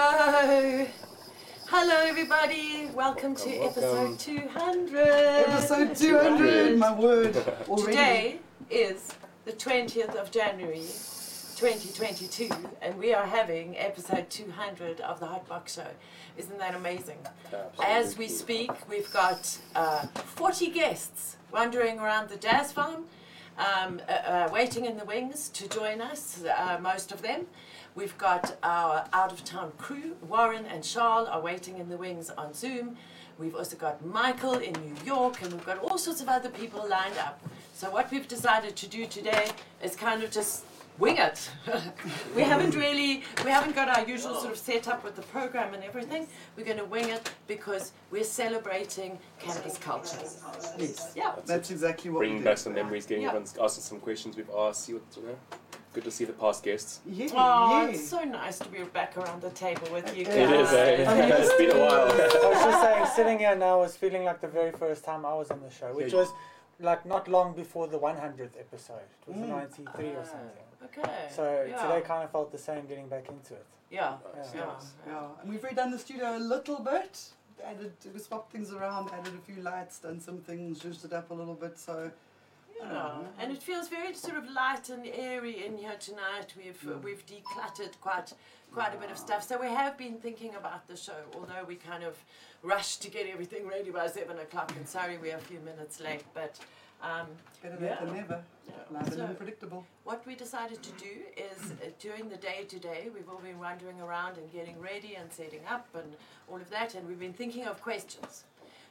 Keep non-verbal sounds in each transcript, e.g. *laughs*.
Hello. Hello, everybody. Welcome to Welcome, welcome. episode 200. Episode 200, my word. Already. Today is the 20th of January 2022, and we are having episode 200 of the Hot Box Show. Isn't that amazing? As we speak, we've got uh, 40 guests wandering around the jazz farm, um, uh, uh, waiting in the wings to join us, uh, most of them. We've got our out of town crew. Warren and Charles are waiting in the wings on Zoom. We've also got Michael in New York, and we've got all sorts of other people lined up. So, what we've decided to do today is kind of just wing it. *laughs* we haven't really, we haven't got our usual sort of setup with the program and everything. We're going to wing it because we're celebrating campus culture. Yes. Yeah. That's exactly what we Bringing do. back some memories, getting Yeah. everyone's asking some questions we've asked, see what, you know. Good to see the past guests. Yeah, Oh, yeah. it's so nice to be back around the table with you It guys. It is, eh? Yeah. *laughs* it's been a while. I was just saying, sitting here now is feeling like the very first time I was on the show, which Yeah. was like not long before the 100th episode. It was Mm. 93 or Ah. something. Okay. So yeah. today kind of felt the same getting back into it. Yeah. Nice, Yeah. nice. Yeah, and we've redone the studio a little bit. Added, we swapped things around, added a few lights, done some things, used it up a little bit. So, Yeah, and it feels very sort of light and airy in here tonight. We've Mm. uh, we've decluttered quite quite a bit of stuff. So we have been thinking about the show, although we kind of rushed to get everything ready by seven o'clock. And sorry, we're a few minutes late, but. Um, better late than Yeah. never. yeah. Live and So unpredictable. what we decided to do is uh, during the day today, we've all been wandering around and getting ready and setting up and all of that, and we've been thinking of questions.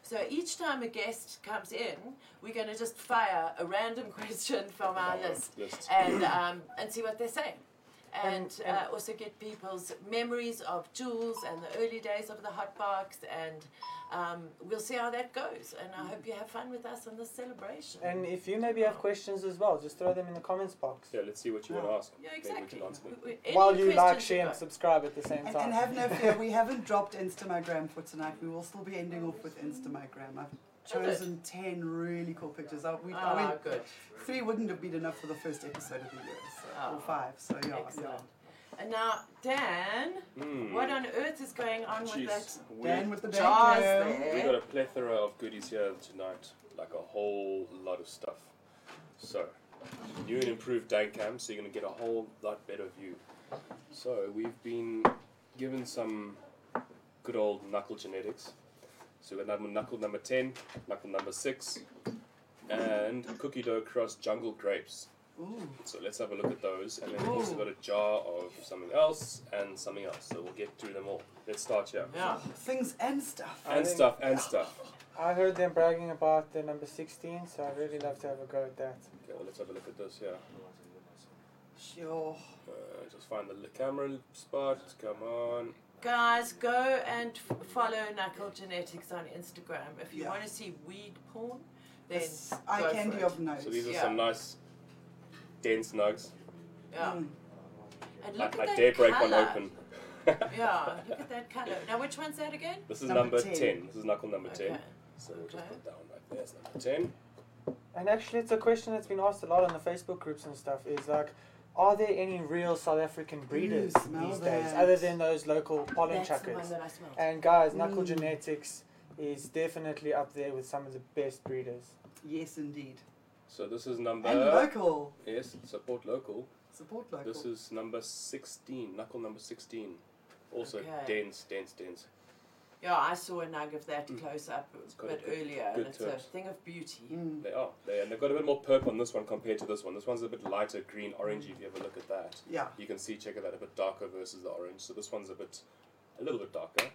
So each time a guest comes in, we're going to just fire a random *laughs* question from our list List. and um, and see what they say. And, And- and- uh, also get people's memories of Jules and the early days of the hot box, and um, we'll see how that goes. And I hope you have fun with us in this celebration. And if you maybe have questions as well, just throw them in the comments box. Yeah, let's see what you want to ask. yeah, Maybe we can exactly. answer them. We- we- any While you like, questions share, and got. subscribe at the same And, time. and have *laughs* no *laughs* fear, we haven't dropped Instagram for tonight. We will still be ending off with Instagram. I've Oh, Good. chosen 10 really cool pictures. I, we, I Ah, went, good. three wouldn't have been enough for the first episode of the year, so, Ah. or five. So, yeah, yeah. Excellent. And now, Dan, Mm. what on earth is going on with that? Jeez, we, Dan with the Jars background. there. we got a plethora of goodies here tonight, like a whole lot of stuff. So, new and improved day cam, so you're going to get a whole lot better view. So, we've been given some good old knuckle genetics. So, we've got number, knuckle number 10, knuckle number 6, and cookie dough crust jungle grapes. Ooh. So let's have a look at those, and then we've also got a jar of something else and something else. So we'll get through them all. Let's start here. Yeah. Things and stuff. And stuff, and stuff. I heard them bragging about the number 16, so I'd really love to have a go at that. Okay, well, let's have a look at this here. Sure. Uh, just find the li- camera spot. Come on. Guys, go and f- follow Knuckle Genetics on Instagram. If you Yeah. want to see weed porn, then This eye go for candy it. of nose. So these are Yeah. some nice, dense nugs. yeah. Mm. And I, look at I that dare break color. one open. *laughs* Yeah, look at that color. Now, which one's that again? This is number, Number 10. 10. This is knuckle number 10. Okay. So we'll just Okay. put down right there. It's number 10. And actually, it's a question that's been asked a lot on the Facebook groups and stuff. Is like, are there any real South African breeders Mm, smell these days, that. other than those local pollen That's the one chuckers? that I smelled. And guys, Knuckle Mm. Genetics is definitely up there with some of the best breeders. Yes, indeed. So this is number. and local. Yes, support local. Support local. This is number 16. Knuckle number 16. Also Okay. dense, dense, dense. yeah, I saw a nug of that close up a Mm. got bit a good- earlier, and good it's a touch. thing of beauty. Mm. They are. They, and they've got a bit more purple on this one compared to this one. This one's a bit lighter green, orangey if you ever look at that. Yeah. You can see, check it out, a bit darker versus the orange. So this one's a bit, a little bit darker.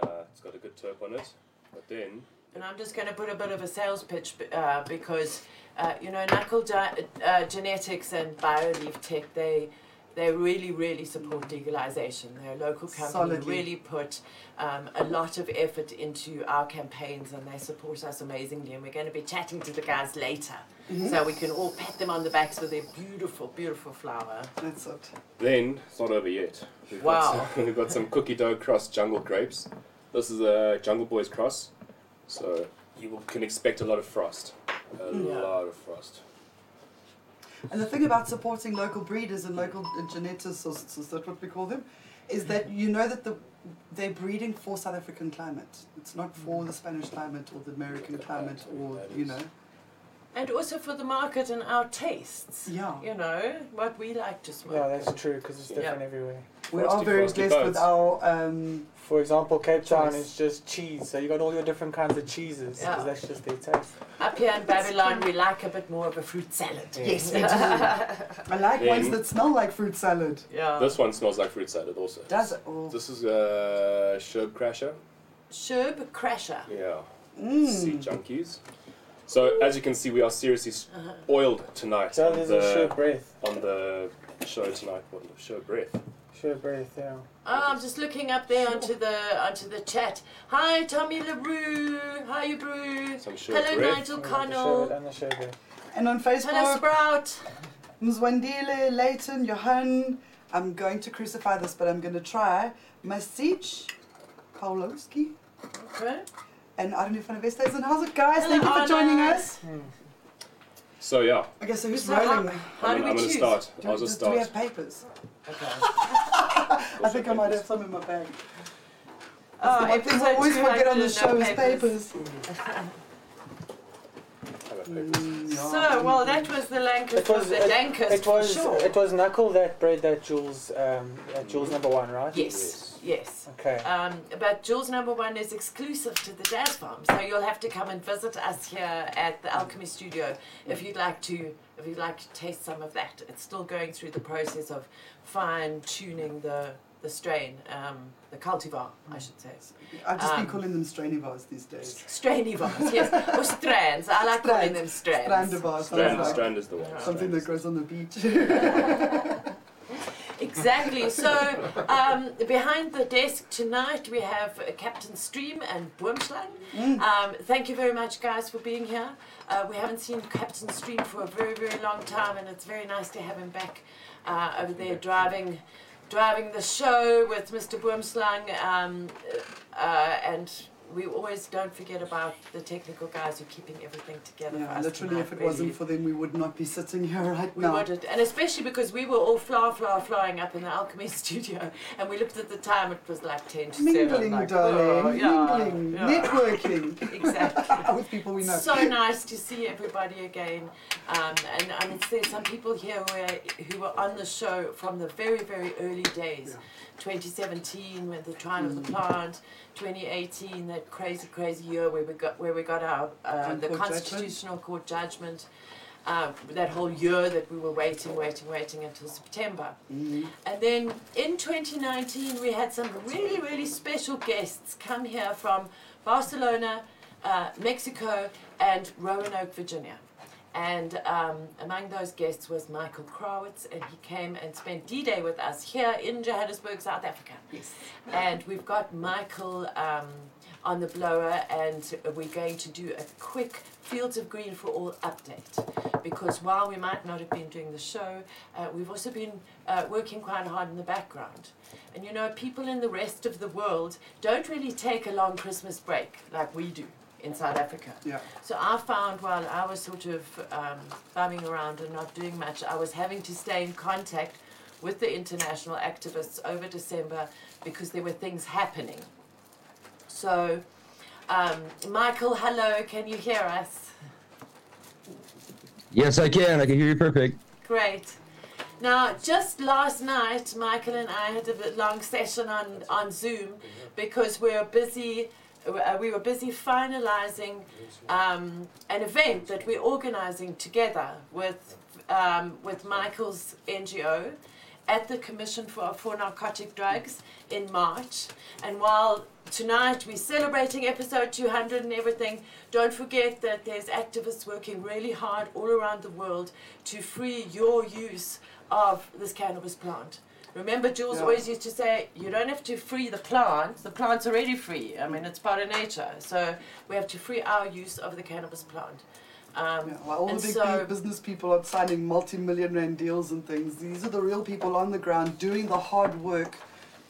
Uh, it's got a good turp on it. But then, And I'm just going to put a bit of a sales pitch b- uh, because, uh, you know, Knuckle Ge- uh, Genetics and BioLeaf Tech, they they really, really support legalization. They're a local company who Solidly. really put um, a lot of effort into our campaigns and they support us amazingly. And we're going to be chatting to the guys later. Mm-hmm. So we can all pat them on the backs with their beautiful, beautiful flower. That's it. then it's not over yet. We've Wow. Got some, *laughs* we've got some cookie dough crust jungle grapes. This is a Jungle Boys cross. Hmm. So you will- can expect a lot of frost. A lot of frost. And the thing about supporting local breeders and local geneticists, is that what we call them, is that you know that the they're breeding for South African climate. It's not for the Spanish climate or the American climate or you know. And also for the market and our tastes. Yeah. You know, what we like to smoke. Yeah, that's true because it's Yeah. different everywhere. We Frosty, are very frosty blessed with buds. our um, For example, Cape Town Choice. is just cheese, so you got all your different kinds of cheeses Yeah. because that's just their taste. Up here in Babylon, we like a bit more of a fruit salad. Yes, *laughs* we do. I like Then- ones that smell like fruit salad. Yeah. This one smells like fruit salad also. Uh. Does it? Oh. This is a uh, Sherb Crasher. Sherb Crasher. Yeah. Sea Mm. junkies. So as you can see, we are seriously s- oiled tonight So on there's a sure the, breath, on the show tonight. What the show breath? sure breath, yeah. Oh, I'm just looking up there onto the onto the chat. Hi, Tommy LaRue. Hi, you, Brew. Some sure Hello, breath. Nigel And the sherbet Connell. and the sure breath. And on Hello, Facebook, Sprout. Mzwandile, Leighton, Johan. I'm going to crucify this, but I'm going to try. Masich Paulowski Okay. and I don't know if Vesta's and how's it, guys? Hello, Thank you for joining Anna. us. So yeah, Okay, so who's So rolling? How I'm, do gonna- we I'm gonna choose? start. Do, I'll do, just do we start. have papers? Okay. *laughs* I think I might have some in my bag. That's Oh, the one thing I episode always forget on the 200, no show is papers. *laughs* Have a paper. Mm, yeah. So, well, that was the Lancast It was- of the Lancast It for was sure. it was knuckle that bread that Jules um that Jules number one, right? yes, yes. Okay. Um, but Jules number one is exclusive to the Jazz Farm, so you'll have to come and visit us here at the Alchemy Studio if you'd like to. If you'd like to taste some of that, it's still going through the process of fine tuning the the strain, um, the cultivar, I should say. I've just Um, been calling them strainivars these days. Strainivars, yes, or strands. I like calling them strands. Strandivars. Strand, sounds like strand is the one. something Strand that is- grows on the beach. Exactly. So um, behind the desk tonight we have uh, Captain Stream and Boomslang. Mm. Um, thank you very much, guys, for being here. Uh, we haven't seen Captain Stream for a very, very long time, and it's very nice to have him back uh, over there driving, driving the show with Mr. Boomslang. Um, uh, and we always don't forget about the technical guys who are keeping everything together. for yeah, us literally, tonight, if it really. wasn't for them, we would not be sitting here right We now. wanted, and especially because we were all flower, flower, flying up in the alchemy *laughs* studio, and we looked at the time. It was like ten to seven. Mingling, Like, darling. oh, yeah, Mingling. yeah. Networking. exactly. With people we know. So nice to see everybody again, um, and I mean, there's some people here who were, who were on the show from the very, very early days, Yeah. Mm. 2017 with the trial of the plant, 2018 that crazy, crazy year where we got where we got our uh, And the court judgment. constitutional court judgment, uh, that whole year that we were waiting, waiting, waiting until September. Mm. And then in 2019, we had some really, really special guests come here from Barcelona, uh, Mexico, and Roanoke, Virginia. And um, among those guests was Michael Krawitz, and he came and spent D Day with us here in Johannesburg, South Africa. Yes. And we've got Michael um, on the blower, and we're going to do a quick Fields of Green for All update. Because while we might not have been doing the show, uh, we've also been uh, working quite hard in the background. And you know, people in the rest of the world don't really take a long Christmas break like we do in South Africa. Yeah. So I found while I was sort of um, bumming around and not doing much, I was having to stay in contact with the international activists over December because there were things happening. So, um, Michael, hello, can you hear us? Yes, I can. I can hear you perfect. Great. Now, just last night, Michael and I had a bit long session on, on Zoom because we were busy. uh, We were busy finalising um, an event that we're organising together with um, with Michael's NGO at the Commission for, for Narcotic Drugs in March. And while tonight we're celebrating episode 200 and everything, don't forget that there's activists working really hard all around the world to free your use of this cannabis plant. Remember, Jules Yeah. always used to say, you don't have to free the plant, the plant's already free. I mean, it's part of nature. So we have to free our use of the cannabis plant. Um, Yeah, well, all And the big so- big business people are signing multi-million rand deals and things. These are the real people on the ground doing the hard work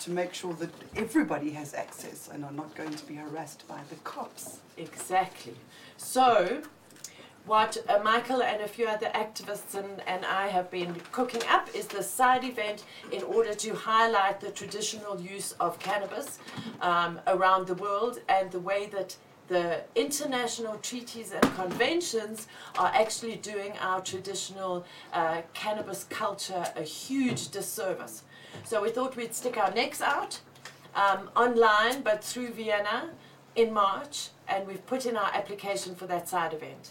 to make sure that everybody has access and are not going to be harassed by the cops. Exactly. So, what uh, Michael and a few other activists and, and I have been cooking up is this side event in order to highlight the traditional use of cannabis um, around the world and the way that the international treaties and conventions are actually doing our traditional uh, cannabis culture a huge disservice. So we thought we'd stick our necks out um, online, but through Vienna in March, and we've put in our application for that side event.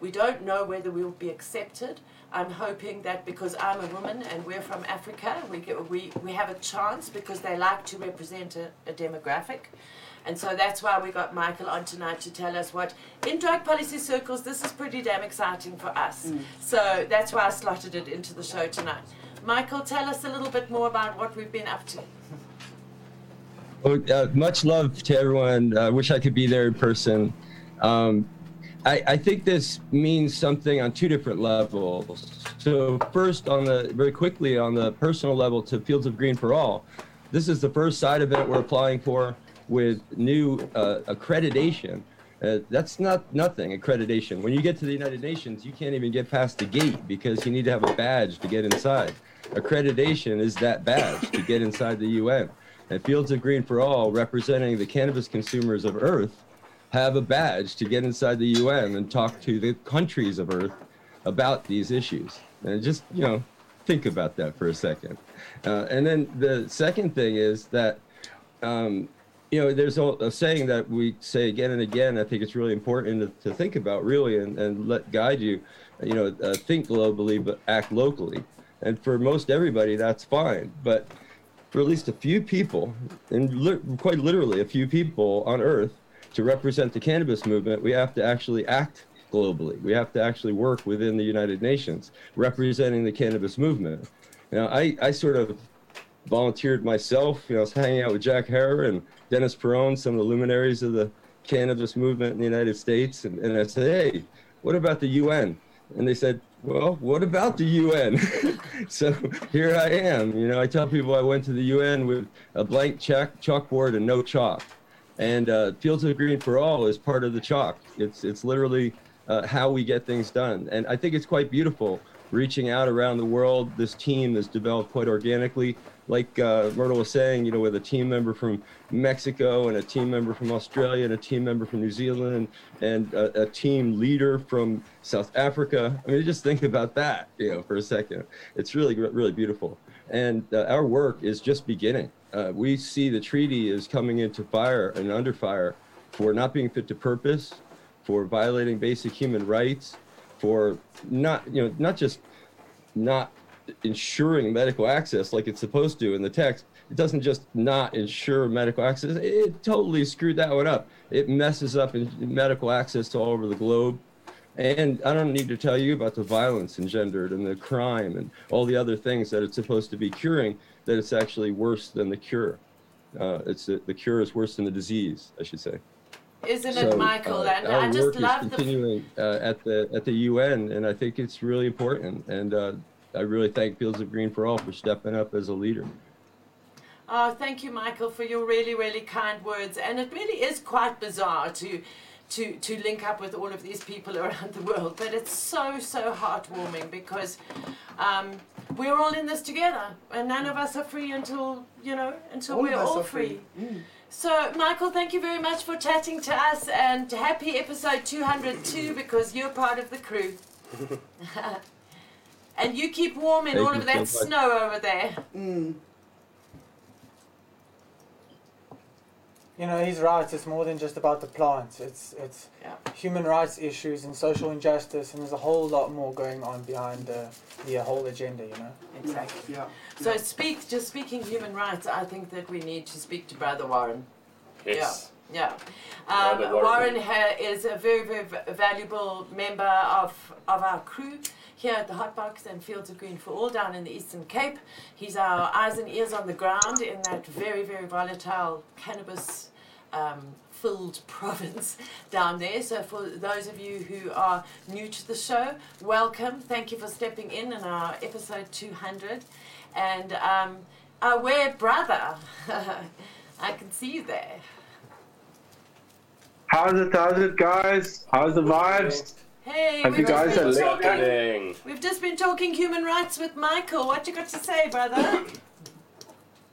We don't know whether we will be accepted. I'm hoping that because I'm a woman and we're from Africa, we, get, we, we have a chance because they like to represent a, a demographic. And so that's why we got Michael on tonight to tell us what, in drug policy circles, this is pretty damn exciting for us. So that's why I slotted it into the show tonight. Michael, tell us a little bit more about what we've been up to. Well, uh, much love to everyone. I wish I could be there in person. Um, I, I think this means something on two different levels. So first, on the very quickly on the personal level to Fields of Green for All, this is the first side event we're applying for with new uh, accreditation. Uh, that's not nothing accreditation. When you get to the United Nations, you can't even get past the gate because you need to have a badge to get inside. Accreditation is that badge to get inside the UN. And Fields of Green for All, representing the cannabis consumers of Earth, have a badge to get inside the UN and talk to the countries of Earth about these issues. And just, you know, think about that for a second. Uh, and then the second thing is that, um, you know, there's a, a saying that we say again and again. I think it's really important to, to think about, really, and, and let guide you. You know, uh, think globally, but act locally. And for most everybody, that's fine. But for at least a few people, and li- quite literally a few people on Earth, to represent the cannabis movement, we have to actually act globally. We have to actually work within the United Nations, representing the cannabis movement. Now, I, I sort of volunteered myself. You know, I was hanging out with Jack Harrer and Dennis Peron, some of the luminaries of the cannabis movement in the United States, and, and I said, "Hey, what about the UN?" And they said, well, what about the UN? *laughs* so here I am. You know, I tell people I went to the UN with a blank check, chalkboard, and no chalk. And uh, Fields of Green for All is part of the chalk. It's it's literally uh, how we get things done. And I think it's quite beautiful reaching out around the world. This team has developed quite organically. Like uh, Myrtle was saying, you know, with a team member from Mexico and a team member from Australia and a team member from New Zealand and a, a team leader from South Africa. I mean, just think about that, you know, for a second. It's really, really beautiful. And uh, our work is just beginning. Uh, we see the treaty is coming into fire and under fire for not being fit to purpose, for violating basic human rights, for not you know not just not ensuring medical access like it's supposed to in the text it doesn't just not ensure medical access it, it totally screwed that one up it messes up in, medical access to all over the globe and i don't need to tell you about the violence engendered and the crime and all the other things that it's supposed to be curing that it's actually worse than the cure uh, it's the, the cure is worse than the disease i should say Isn't so, it, Michael? uh, and our I work just is love the continuing uh, at the at the UN, and I think it's really important. And uh, I really thank Fields of Green for All for stepping up as a leader. Oh, thank you, Michael, for your really, really kind words. And it really is quite bizarre to, to, to link up with all of these people *laughs* around the world, but it's so, so heartwarming because um, we're all in this together, and none of us are free until you know until All of we're us all are free. So, Michael, thank you very much for chatting to us, and happy episode *clears throat* 202 because you're part of the crew. *laughs* and you keep warm in Thank all you of that so much. snow over there. Mm. You know, he's right. It's more than just about the plants. It's it's Yeah. human rights issues and social injustice, and there's a whole lot more going on behind the the whole agenda. You know. Exactly. Yeah. So speak, just speaking human rights, I think that we need to speak to Brother Warren. Yes. Yeah. Um, Brother Warren, Warren. ha- is a very, very v- valuable member of, of our crew here at the Hot Box and Fields of Green for All down in the Eastern Cape. He's our eyes and ears on the ground in that very, very volatile cannabis um, filled *laughs* province down there. So, for those of you who are new to the show, welcome. Thank you for stepping in in our episode 200. And um, aware brother, *laughs* I can see you there. How's it? How's it, guys? How's the vibes? Hey, And we've you guys just are been linked talking. Dang. We've just been talking human rights with Michael. What you got to say, brother?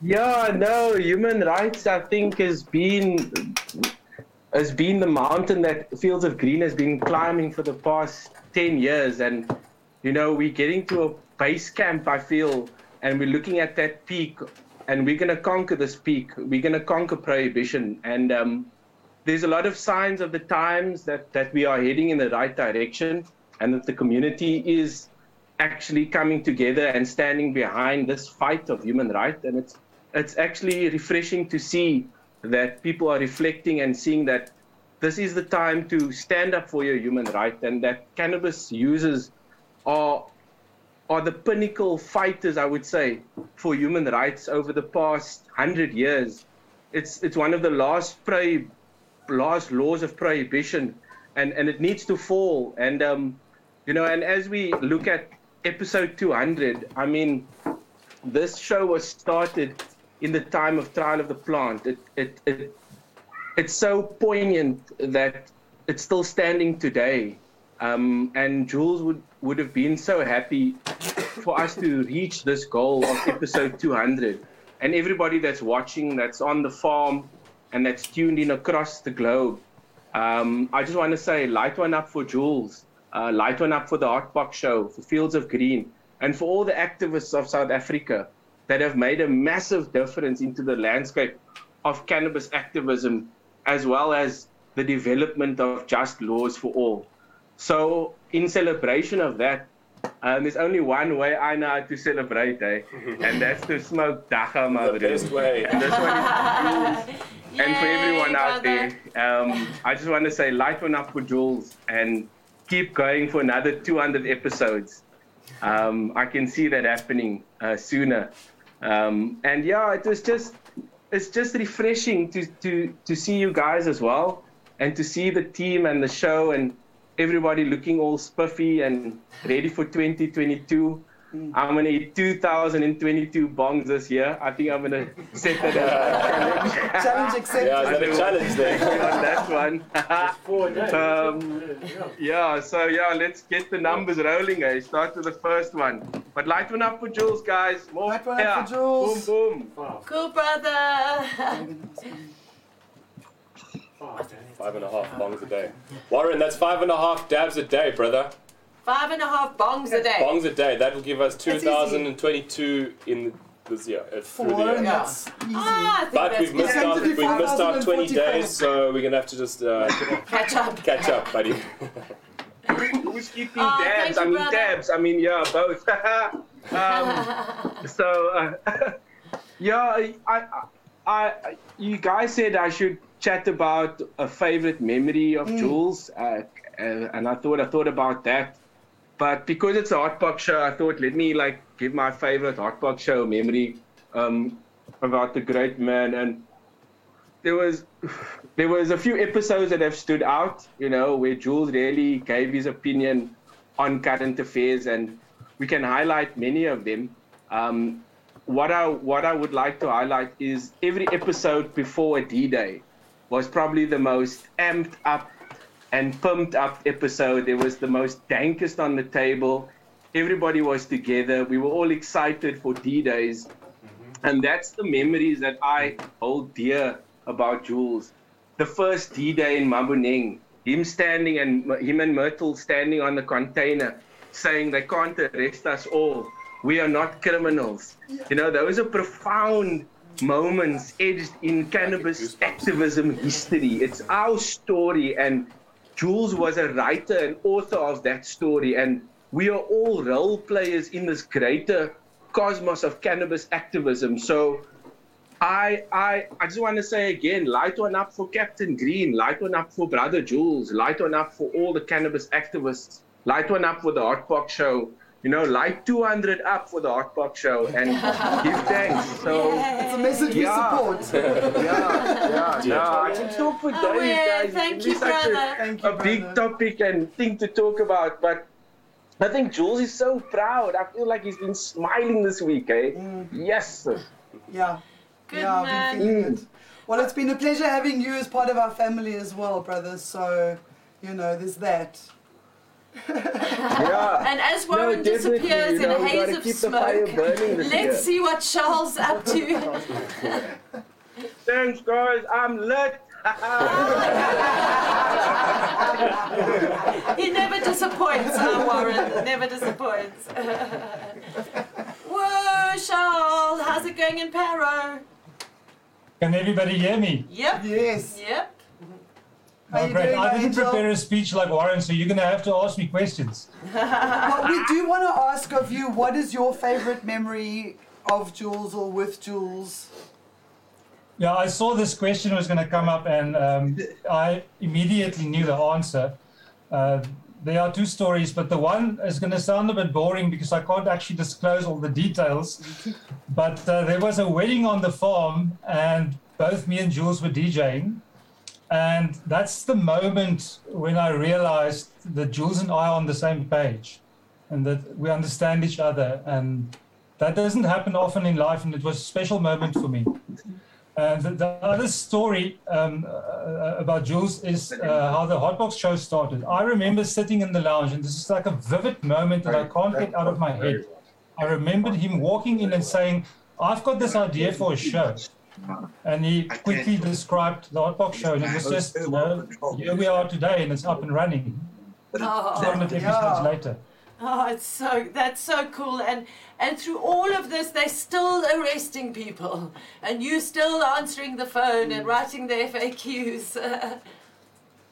Yeah, no, human rights I think has been has been the mountain that Fields of Green has been climbing for the past ten years and you know, we're getting to a base camp I feel and we're looking at that peak and we're gonna conquer this peak. We're gonna conquer prohibition and um there's a lot of signs of the times that, that we are heading in the right direction and that the community is actually coming together and standing behind this fight of human rights. And it's, it's actually refreshing to see that people are reflecting and seeing that this is the time to stand up for your human right and that cannabis users are are the pinnacle fighters, I would say, for human rights over the past hundred years. It's it's one of the last prohi- last laws of prohibition, and and it needs to fall. And um, you know, and as we look at episode 200, I mean, this show was started in the time of trial of the plant. It it it it's so poignant that it's still standing today. Um, and Jules would, would have been so happy for us to reach this goal of episode 200. And everybody that's watching, that's on the farm, and that's tuned in across the globe, um, I just want to say light one up for Jules, uh, light one up for the Hotbox Show, for Fields of Green, and for all the activists of South Africa that have made a massive difference into the landscape of cannabis activism, as well as the development of just laws for all. So, in celebration of that, um, there's only one way I know how to *laughs* celebrate, eh? and that's to smoke dacha, my The bro. best way. And this one *laughs* is *laughs* and for Yay, everyone out brother. there, um, I just want to say light one up for Jules and keep going for another 200 episodes. Um, I can see that happening uh, sooner. Um, and yeah, it was just it's just refreshing to, to to see you guys as well and to see the team and the show and everybody looking all spuffy and ready for 2022. I'm gonna eat 2,022 bongs this year. I think I'm gonna set that as a challenge. Challenge accepted. *laughs* Yeah, is that a challenge there? *laughs* on that one. *laughs* Four days. Um, Yeah. yeah, so yeah, let's get the numbers rolling. Eh? Start with the first one. But light one up for Jules, guys. More Light one up for fire. Jules. Boom, boom. Five. Cool, brother. *laughs* Five. eh? Five and a half bongs a day. Warren, that's five and a half dabs a day, brother. Five and a half bongs a day. Bongs a day. That will give us easy. 2,022 in this year. uh, For Through the Warren, year. Yeah. that's easy. Ah, I think But that's we've good. missed out. We've missed out 20 days, so we're gonna have to just uh, Catch up. catch up, buddy. Who's keeping Oh, thank dabs? you, I mean brother. dabs. I mean yeah, both. *laughs* um, *laughs* so uh, *laughs* yeah, I, I, I, you guys said I should chat about a favorite memory of Jules, uh, uh, and I thought I thought about that, but because it's a hot box show, I thought let me like give my favorite hot box show memory um, about the great man and. There was, *sighs* there was a few episodes that have stood out, you know, where Jules really gave his opinion on current affairs, and we can highlight many of them. Um, what I what I would like to highlight is every episode before a D-Day was probably the most amped up and pumped up episode. It was the most dankest on the table. Everybody was together. We were all excited for D-Days, and that's the memories that I hold dear about Jules. The first D-Day in Maboneng, him standing and him and Myrtle standing on the container, saying they can't arrest us all. We are not criminals. You know, those are profound moments edged in cannabis goosebumps. activism history. It's our story, and Jules was a writer and author of that story, and we are all role players in this greater cosmos of cannabis activism. So I I I just want to say again, light one up for Captain Green, light one up for Brother Jules, light one up for all the cannabis activists, light one up for the Hot Box Show. You know, light 200 up for the Hot Box Show *laughs* and give thanks. So, It's a message *laughs* Yeah. we support. yeah, yeah, *laughs* no, I can talk for days, Oh, yeah, guys. thank It's you, such a- brother. Thank you, a big brother. topic and thing to talk about, but I think Jules is so proud. I feel like he's been smiling this week, eh? Mm. Yes. sir. Mm. Yeah. Good yeah, I've man. been feeling it. Well, it's been a pleasure *laughs* having you as part of our family as well, brother. So, you know, there's that. *laughs* Yeah. And as Warren definitely, disappears you know, in a we gotta haze of keep the fire smoke, burning this year. let's see what Charles up to. Thanks, guys. I'm lit. *laughs* uh, he never disappoints, our Warren. Never disappoints. Whoa, Charles, how's it going in Paro? Can everybody hear me? Yep, Yes. yep. How Oh, you great. doing, I didn't Angel? prepare a speech like Warren, so you're going to have to ask me questions. Well, we do want to ask of you, what is your favorite memory of Jules or with Jules? Yeah, I saw this question was going to come up, and um, I immediately knew the answer. Uh, there are two stories, but the one is going to sound a bit boring because I can't actually disclose all the details. But uh, there was a wedding on the farm, and both me and Jules were DJing. And that's the moment when I realized that Jules and I are on the same page and that we understand each other. And that doesn't happen often in life, and it was a special moment for me. And Uh, the, the other story um, uh, about Jules is uh, how the Hotbox show started. I remember sitting in the lounge, and this is like a vivid moment that I can't get out of my head. I remembered him walking in and saying, I've got this idea for a show. And he quickly described the Hotbox show, and it was just, you know, here we are today, and it's up and running. Oh. 200 Yeah. episodes later. Oh, it's so that's so cool, and and through all of this, they're still arresting people, and you still answering the phone and writing the *laughs* FAQs.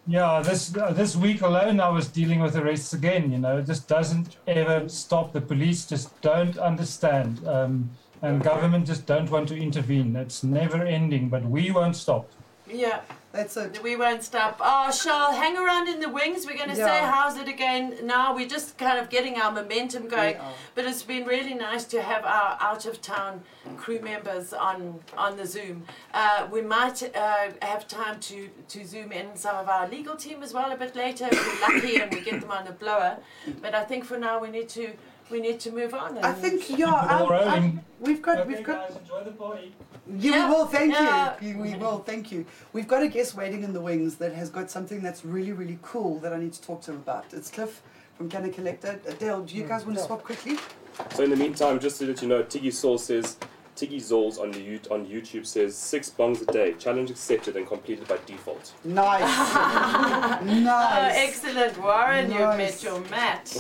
Yeah, this uh, this week alone, I was dealing with arrests again. You know, it just doesn't ever stop. The police just don't understand, um, and government just don't want to intervene. It's never ending, but we won't stop. yeah, That's it. we won't stop. Oh, Charles, hang around in the wings. We're going to say Yeah. how's it again now. We're just kind of getting our momentum going, are. but it's been really nice to have our out of town crew members on on the Zoom. Uh, we might uh, have time to to zoom in some of our legal team as well a bit later if we're lucky and we get them on the blower. But I think for now we need to we need to move on. I and- think, yeah, I'm, I'm, rolling. we've got, we've got, guys, enjoy the party. Yeah, Yeah, we will. Thank yeah. you. You- We will. Thank you. We've got a guest waiting in the wings that has got something that's really, really cool that I need to talk to him about. It's Cliff from Canna Collector. Dale, do Mm. you guys want to swap quickly? So in the meantime, just to let you know, Tiggy Saul says, Tiggy Zols on, the, you- on YouTube says, six bongs a day, challenge accepted and completed by default. Nice. *laughs* Oh, nice. excellent, Warren! You've met Nice. your match.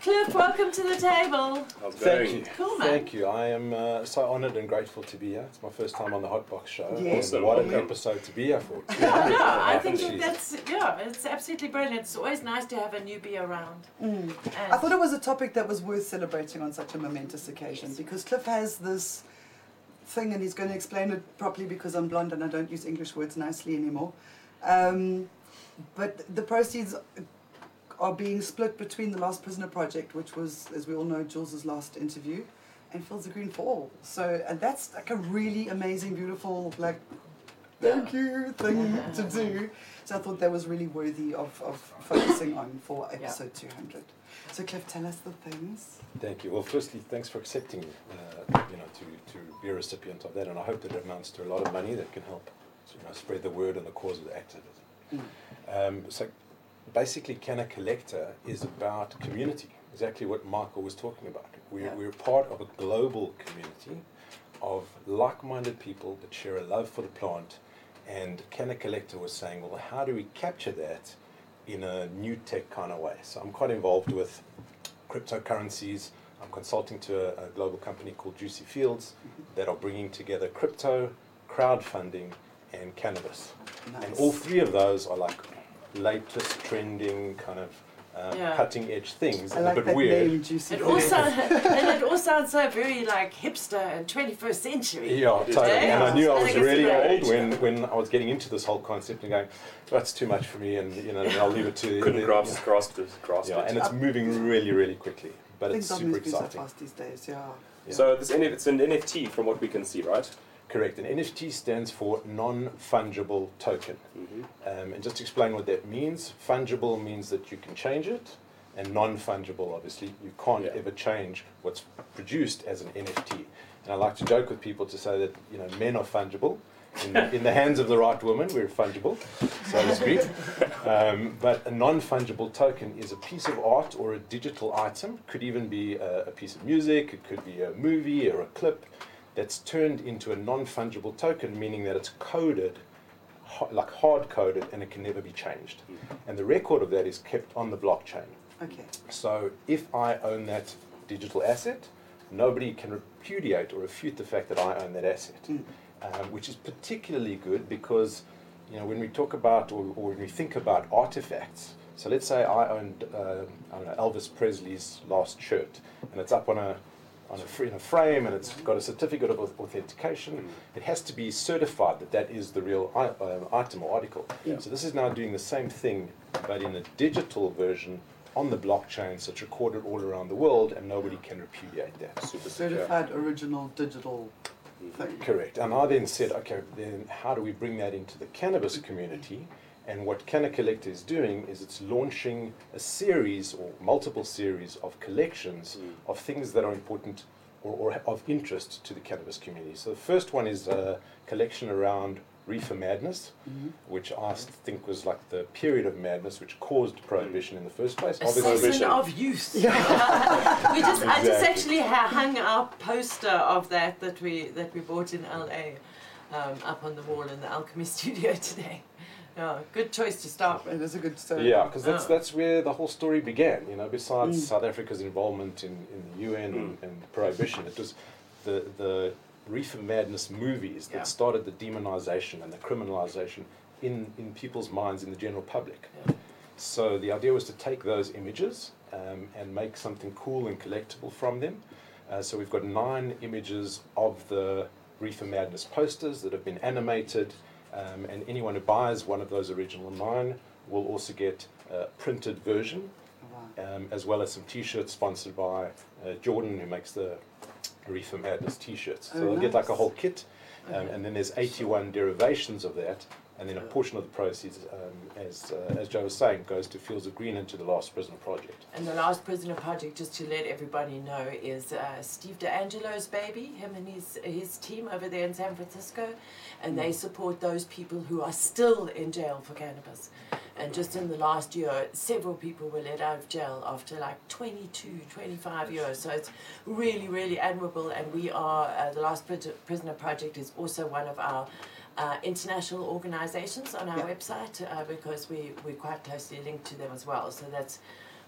Cliff, welcome to the table. How's it Thank going? you. Cool, man. Thank you. I am uh, so honoured and grateful to be here. It's my first time on the Hotbox show. Yeah. and Awesome. What an Welcome. episode to be here for. No, *laughs* I think Jeez. that that's yeah, it's absolutely brilliant. It's always nice to have a newbie around. And I thought it was a topic that was worth celebrating on such a momentous occasion because Cliff has this thing and he's going to explain it properly because I'm blonde and I don't use English words nicely anymore. Um, but the proceeds are being split between the Last Prisoner Project, which was, as we all know, Jules's last interview, and Phil's the Green for All. So and that's like a really amazing, beautiful, like, thank you thing to do. So I thought that was really worthy of, of focusing on for episode 200. So Cliff, tell us the things. Thank you. Well, firstly, thanks for accepting, uh, you know, to, to be a recipient of that, and I hope that it amounts to a lot of money that can help, you know, spread the word and the cause of activism. Um, so, basically, Can a Collector is about community. Exactly what Michael was talking about. We're, Yeah. we're part of a global community of like-minded people that share a love for the plant. And Can a Collector was saying, well, how do we capture that in a new tech kind of way? So I'm quite involved with cryptocurrencies. I'm consulting to a, a global company called Juicy Fields that are bringing together crypto, crowdfunding, and cannabis. And all Nice. three of those are like latest trending kind of um, Yeah. cutting edge things, I like but that weird. name, Juicy. it all sounds *laughs* and it all sounds so very like hipster and twenty first century. Yeah, totally. And I knew I was Yeah. really Yeah. old when, when I was getting into this whole concept and going, that's too much for me, and you know, I'll leave it to Couldn't the, grasp, grasp it. Grasp Yeah, it. and it's moving really, really quickly, but it's Things are super moving so exciting. fast these days, yeah. yeah. So this, N- it's an NFT from what we can see, right? Correct. An NFT stands for non fungible token. Mm-hmm. Um, and just to explain what that means fungible means that you can change it, and non fungible, obviously, you can't Yeah. ever change what's produced as an NFT. And I like to joke with people to say that you know men are fungible in, in the hands of the right woman, we're fungible, so to speak. Um, but a non fungible token is a piece of art or a digital item, could even be a, a piece of music, it could be a movie or a clip that's turned into a non fungible token, meaning that it's coded, ho- like hard coded, and it can never be changed. And the record of that is kept on the blockchain. Okay. So if I own that digital asset, nobody can repudiate or refute the fact that I own that asset, um, which is particularly good because you know when we talk about or, or when we think about artifacts. So let's say I owned um I don't know, Elvis Presley's last shirt, and it's up on a on a, fr- in a frame, and it's got a certificate of auth- authentication. It has to be certified that that is the real I, um, item or article. So this is now doing the same thing, but in a digital version on the blockchain, so it's recorded all around the world, and nobody can repudiate that. Super secure. Certified original digital thing. Mm-hmm. Correct. And I then said, okay, then how do we bring that into the cannabis community? And what Canna Collect is doing is it's launching a series or multiple series of collections of things that are important or, or of interest to the cannabis community. So the first one is a collection around reefer madness, which I s- think was like the period of madness which caused prohibition in the first place. A season of youth. *laughs* we just, I just Exactly. actually ha- hung our poster of that that we that we bought in LA um, up on the wall in the Alchemy *laughs* Studio today. Yeah, good choice to start with. It is a good story. Yeah, because that's Oh. that's where the whole story began. You know, besides South Africa's involvement in, in the UN and, Hmm. and prohibition, it was the the reefer madness movies that Yeah. started the demonization and the criminalization in in people's minds in the general public. Yeah. So the idea was to take those images um, and make something cool and collectible from them. Uh, so we've got nine images of the Reefer Madness posters that have been animated, um, and anyone who buys one of those original nine will also get a printed version, Wow. um, as well as some T-shirts sponsored by uh, Jordan, who makes the Reefer Madness T-shirts. So Oh, they'll get like a nice. whole kit, um, and then there's 81 derivations of that, and then a portion of the proceeds, um, as uh, as Joe was saying, goes to Fields of Green and to the Last Prisoner Project. And the last prisoner project, just to let everybody know, is uh, Steve D'Angelo's baby, him and his, his team over there in San Francisco. And they support those people who are still in jail for cannabis. And just in the last year, several people were let out of jail after like 22, 25 years. So it's really, really admirable. And we are, uh, the Last Pris- Prisoner Project is also one of our uh, international organizations on our Yeah. website uh, because we, we're quite closely linked to them as well. So that's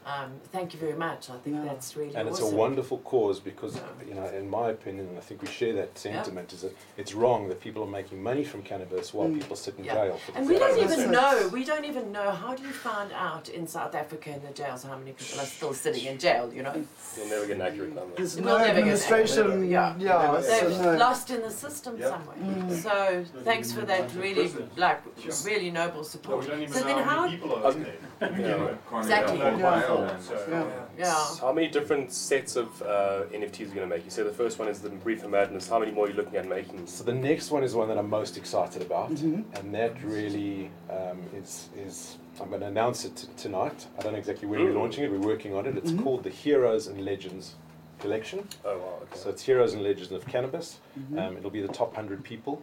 um, thank you very much. I think Yeah. that's really And it's awesome. a wonderful cause because, Yeah. you know, in my opinion, and I think we share that sentiment, is that it's wrong that people are making money from cannabis while people sit in Mm. Yeah. jail. For And the we don't cannabis. even Yes. know. We don't even know. How do you find out in South Africa in the jails how many people are still sitting in jail? You know, You'll never get an accurate number. There's We'll no never get that. administration. Yeah. *laughs* yeah they're so no. lost in the system Yeah. somewhere. Mm. So thanks for that. Imagine Really, prison. like Yeah. really noble No, support. we don't even so know then how how? many people Um, are there. *laughs* Yeah. Exactly. Yeah. Yeah. How many different sets of uh, NFTs are you going to make? You say the first one is the Reefer Madness. How many more are you looking at making? So the next one is one that I'm most excited about, and that really um, is is I'm going to announce it t- tonight. I don't know exactly when we're Mm. launching it. We're working on it. It's called the Heroes and Legends collection. Oh, wow. Okay. So it's Heroes and Legends of Cannabis. Um, it'll be the top hundred people,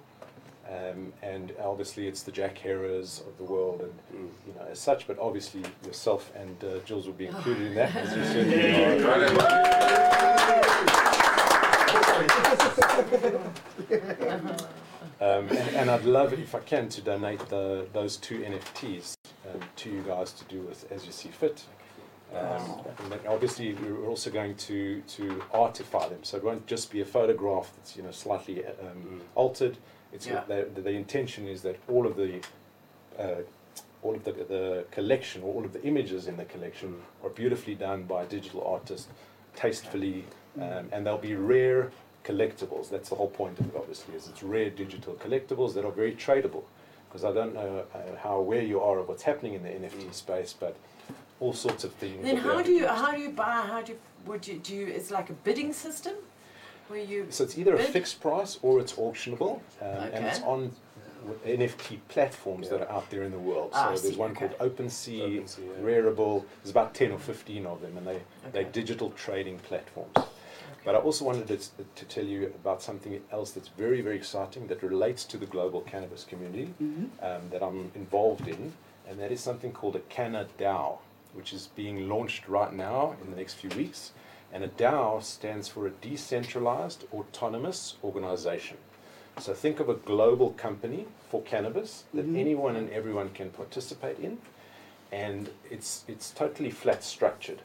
um, and obviously it's the Jack Harris of the world, and Mm. you know as such. But obviously yourself and uh, Jules will be included in that. *laughs* as you said. Um, and, and I'd love it if I can to donate the, those two NFTs um, to you guys to do with as you see fit. Um, and then obviously, we're also going to to artify them, so it won't just be a photograph that's you know slightly um, altered. It's Yeah. the, the, the intention is that all of the uh, all of the, the collection or all of the images in the collection are beautifully done by a digital artist, tastefully, um, and they'll be rare collectibles. That's the whole point of it, obviously, is it's rare digital collectibles that are very tradable. Because I don't know uh, how aware you are of what's happening in the NFT space, but all sorts of things. Then are how being do you produced. how do you buy? How do you would you do? You, it's like a bidding system, where you So it's either a Bid? fixed price or it's auctionable, um, and it's Okay. on w- NFT platforms Yeah. that are out there in the world. Ah, I so there's see, one okay. called OpenSea, OpenSea, yeah. Rarible. There's about ten or fifteen of them, and they they're Okay. digital trading platforms. But I also wanted to, to tell you about something else that's very, very exciting that relates to the global cannabis community um, that I'm involved in, and that is something called a Canna DAO, which is being launched right now in the next few weeks. And a DAO stands for a decentralized autonomous organization. So think of a global company for cannabis that anyone and everyone can participate in, and it's it's totally flat structured.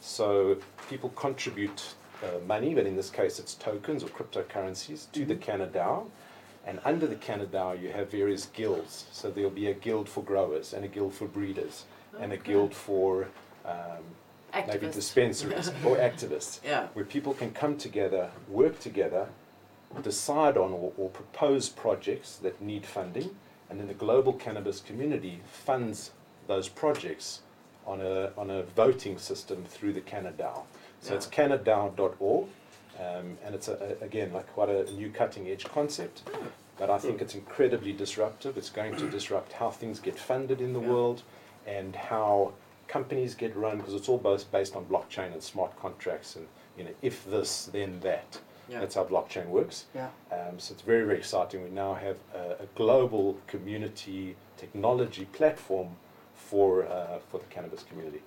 So people contribute uh, money, but in this case it's tokens or cryptocurrencies to the CanadaO. And under the CanadaO you have various guilds. So there'll be a guild for growers and a guild for breeders and a guild for um, maybe Activists. dispensaries or activists. Yeah. Where people can come together, work together, decide on or, or propose projects that need funding, and then the global cannabis community funds those projects on a, on a voting system through the CanadaO. So it's canadaw.org, um, and it's a, a- again like quite a new cutting edge concept, but I think it's incredibly disruptive. It's going to disrupt how things get funded in the world and how companies get run because it's all both based on blockchain and smart contracts and you know if this then that. Yeah. That's how blockchain works. Yeah. Um, so it's very, very exciting. We now have a, a global community technology platform for uh, for the cannabis community.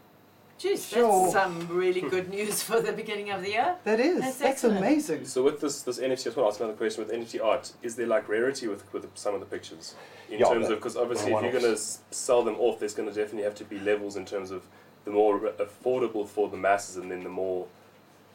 Jeez, Sure. that's some really good news *laughs* for the beginning of the year. That is. That's That's, excellent. amazing. So with this this NFT, I just want to ask another question. With NFT art, is there like rarity with with some of the pictures in Yeah, terms the- of because obviously if you're one-offs. going to sell them off, there's going to definitely have to be levels in terms of the more affordable for the masses and then the more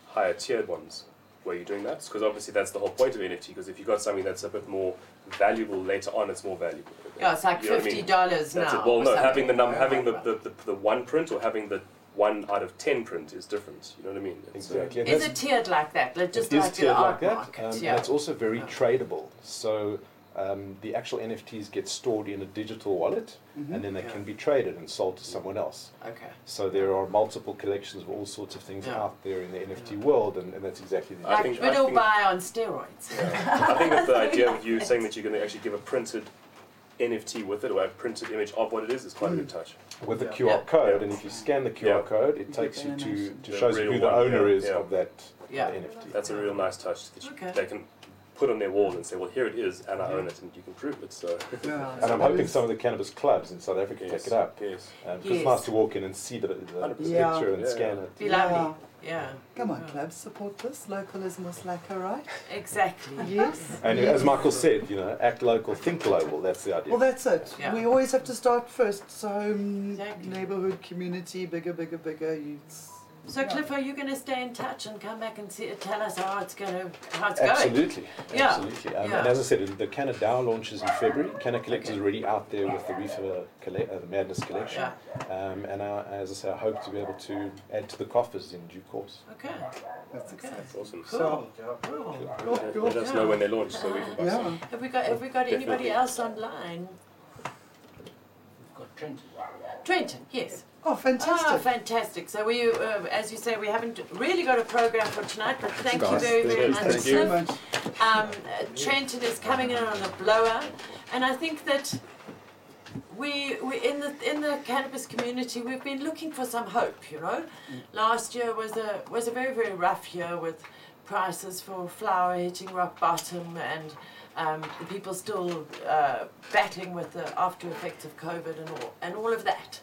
higher tiered ones. Were you doing that? Because obviously that's the whole point of NFT. Because if you got something that's a bit more valuable later on, it's more valuable. Yeah, it's like You know what I mean? fifty dollars That's now. it. Well, or no, having something. the num- Right, having the, right, the, the, the one print or having the one out of ten print is different. You know what I mean? It's, uh, Exactly. right. And Is that's- it tiered like that? Like just it is like the tiered art like market, that, um, yeah. and it's also very tradable. So um, the actual NFTs get stored in a digital wallet, and then they Mm-hmm. Yeah. can be traded and sold to someone else. okay. So there are multiple collections of all sorts of things Yeah. out there in the NFT world, and, and that's exactly the I Like think- I riddle think- buy on steroids. I *laughs* think that the idea of you saying that you're going to actually give a printed NFT with it or a printed image of what it is is quite a good touch. with the Yeah. QR Yeah. code, and if you scan the QR Yeah. code, it You takes get you the to, animation. to The shows you real who the one, yeah, owner is yeah. of that Yeah. NFT. That's a real nice touch that you, Okay. they can put on their wall and say, well, here it is, and I own it, and you can prove it. So. Yeah. And I'm hoping some of the cannabis clubs in South Africa Yes, pick it up. Yes. Um, 'cause Yes. It's nice to walk in and see the, the the 100%. Yeah. picture and Yeah. scan it. Be Yeah. lovely. Yeah. Come on, Yeah. clubs, support this. Localism is like a right. Exactly. Yes. And as Michael said, you know, act local, think global. That's the idea. Well, that's it. Yeah. We always have to start first. So, home, Exactly. neighborhood, community, bigger, bigger, bigger. You, So Cliff, are you going to stay in touch and come back and see, tell us how it's going to how it's going? Absolutely, Yeah. absolutely. Um, Yeah. And as I said, the Canna DAO launches in February. Canna Collect Okay. is already out there with the Reefer Collect, uh, the Madness Collection. Yeah. Um, and I, as I say, I hope to be able to add to the coffers in due course. Okay. that's Okay. exciting. Awesome. So, 哦 Cool. Let- let us know when they launch so we can buy some. yeah. Have we got Have we got anybody Definitely. else online? We've got Trent. Trenton, yes. Oh, fantastic. Oh, fantastic. So we, uh, as you say, we haven't really got a program for tonight, but thank you Guys, very, very thank much. you. Thanks so Cliff. much. um, uh, Trenton is coming in on a blower, and I think that we we in the in the cannabis community we've been looking for some hope. You know, Mm. last year was a was a very very rough year with prices for flour hitting rock bottom and. Um, the people still uh, battling with the after effects of COVID and all, and all of that.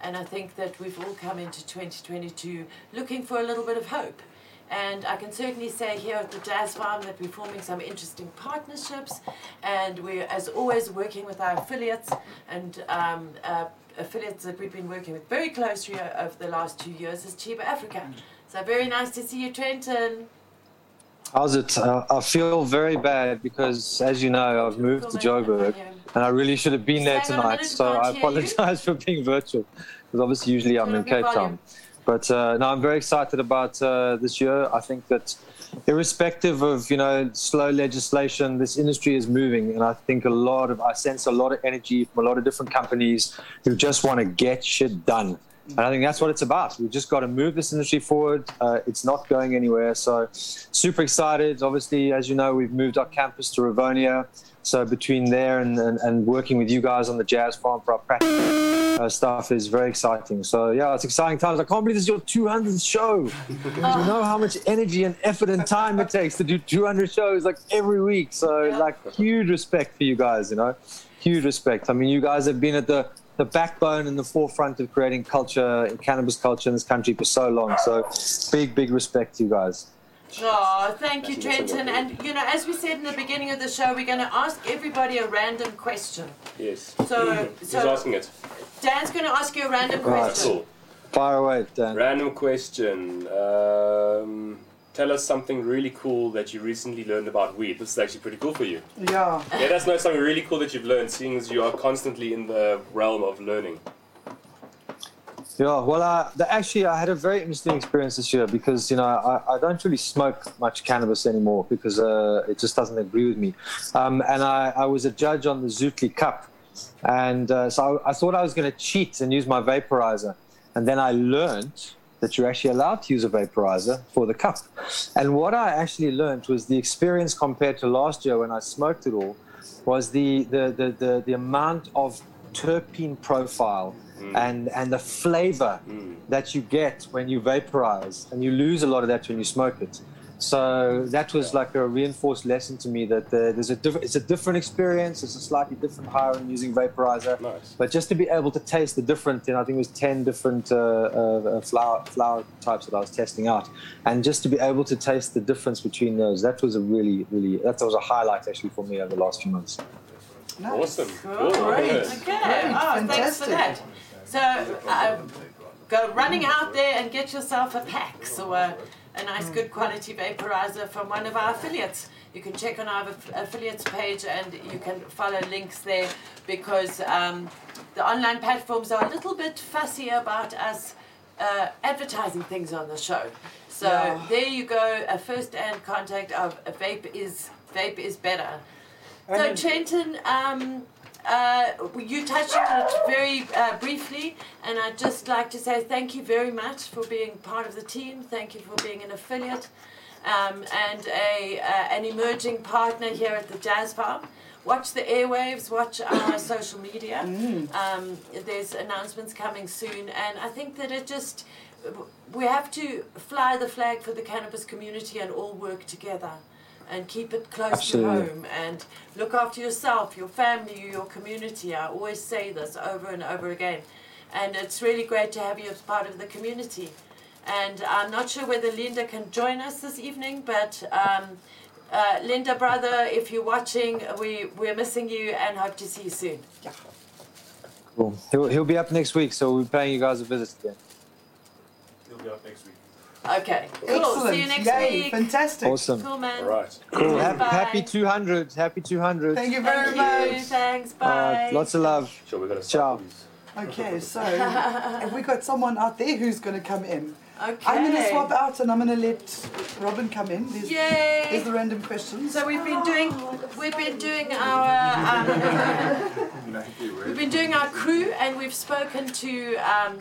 And I think that we've all come into 2022 looking for a little bit of hope. And I can certainly say here at the Jazz Farm that we're forming some interesting partnerships, and we're, as always, working with our affiliates and um, uh, affiliates that we've been working with very closely o- over the last two years is Chiba Africa. So very nice to see you, Trenton. How's it? Uh, I feel very bad because, as you know, I've moved to Joburg and I really should have been there Hang on a tonight. minute, So I can't hear you. apologize *laughs* for being virtual because obviously, usually I'm Turn in up your Cape volume. Town. But uh, no, I'm very excited about uh, this year. I think that, irrespective of you know slow legislation, this industry is moving, and I think a lot of I sense a lot of energy from a lot of different companies who just want to get shit done. And I think that's what it's about. We've just got to move this industry forward. Uh, it's not going anywhere. So, super excited. Obviously, as you know, we've moved our campus to Rivonia. So, between there and, and, and working with you guys on the Jazz Farm for our practice uh, stuff is very exciting. So yeah, it's exciting times. I can't believe this is your 200th show. you know how much energy and effort and time it takes to do 200 shows like every week. So like huge respect for you guys. You know, huge respect. I mean, you guys have been at the the backbone and the forefront of creating culture, cannabis culture in this country for so long. So big, big respect to you guys. Oh, thank you, Trenton. And you know, as we said in the beginning of the show, we're going to ask everybody a random question. Yes. So- Who's so- asking it? Dan's going to ask you a random question. Cool. Fire away, Dan. Random question. Um, tell us something really cool that you recently learned about weed. This is actually pretty cool for you. Yeah. Let us know something really cool that you've learned, seeing as you are constantly in the realm of learning. Yeah, well, uh, the, actually, I had a very interesting experience this year because you know I, I don't really smoke much cannabis anymore because uh, it just doesn't agree with me. Um, and I, I was a judge on the Zootli Cup, and uh, so I, I thought I was going to cheat and use my vaporizer, and then I learned that you're actually allowed to use a vaporizer for the cup. And what I actually learned was the experience compared to last year when I smoked it all was the the the, the, the amount of terpene profile and and the flavor that you get when you vaporize and you lose a lot of that when you smoke it so that was like a reinforced lesson to me that the, there's a diff- it's a different experience it's a slightly different higher end using vaporizer but just to be able to taste the different you know, i think it was 10 different uh, uh, uh, flower flower types that i was testing out and just to be able to taste the difference between those that was a really really that was a highlight actually for me over the last few months Awesome. Cool. Okay. Oh, thanks for Fantastic. that. So uh, go running out there and get yourself a PAX or a, a nice, good quality vaporizer from one of our affiliates. You can check on our aff- affiliates page and you can follow links there because um, the online platforms are a little bit fussy about us uh, advertising things on the show. So Yeah. there you go, a first-hand contact of a vape is vape is better. So And- Trenton, um, uh, you touched on it very uh, briefly, and I'd just like to say thank you very much for being part of the team. Thank you for being an affiliate um, and a uh, an emerging partner here at the Jazz Pub. Watch the airwaves, watch our social media. Um, there's announcements coming soon, and I think that it just we have to fly the flag for the cannabis community and all work together and keep it close Absolutely. to home and look after yourself, your family, your community. I always say this over and over again. And it's really great to have you as part of the community. And I'm not sure whether Linda can join us this evening, but um, uh, Linda, brother, if you're watching, we, we're missing you and hope to see you soon. cool he'll, he'll be up next week so we'll be paying you guys a visit again He'll be up next week. Okay, cool. Excellent. See you next Yay, week. Fantastic. awesome Cool, man. All right. cool happy, Bye. happy 200 happy 200 Thank you very Thank you. much. Thanks. Bye. uh, lots of love Sure, we got to stop. Ciao. with these. Uh, Okay, so have we got someone out there who's going to come in? okay. I'm going to swap out and I'm going to let Robin come in. There's, Yay. there's the random questions. So we've been doing we've been doing our um, *laughs* we've been doing our crew, and we've spoken to um,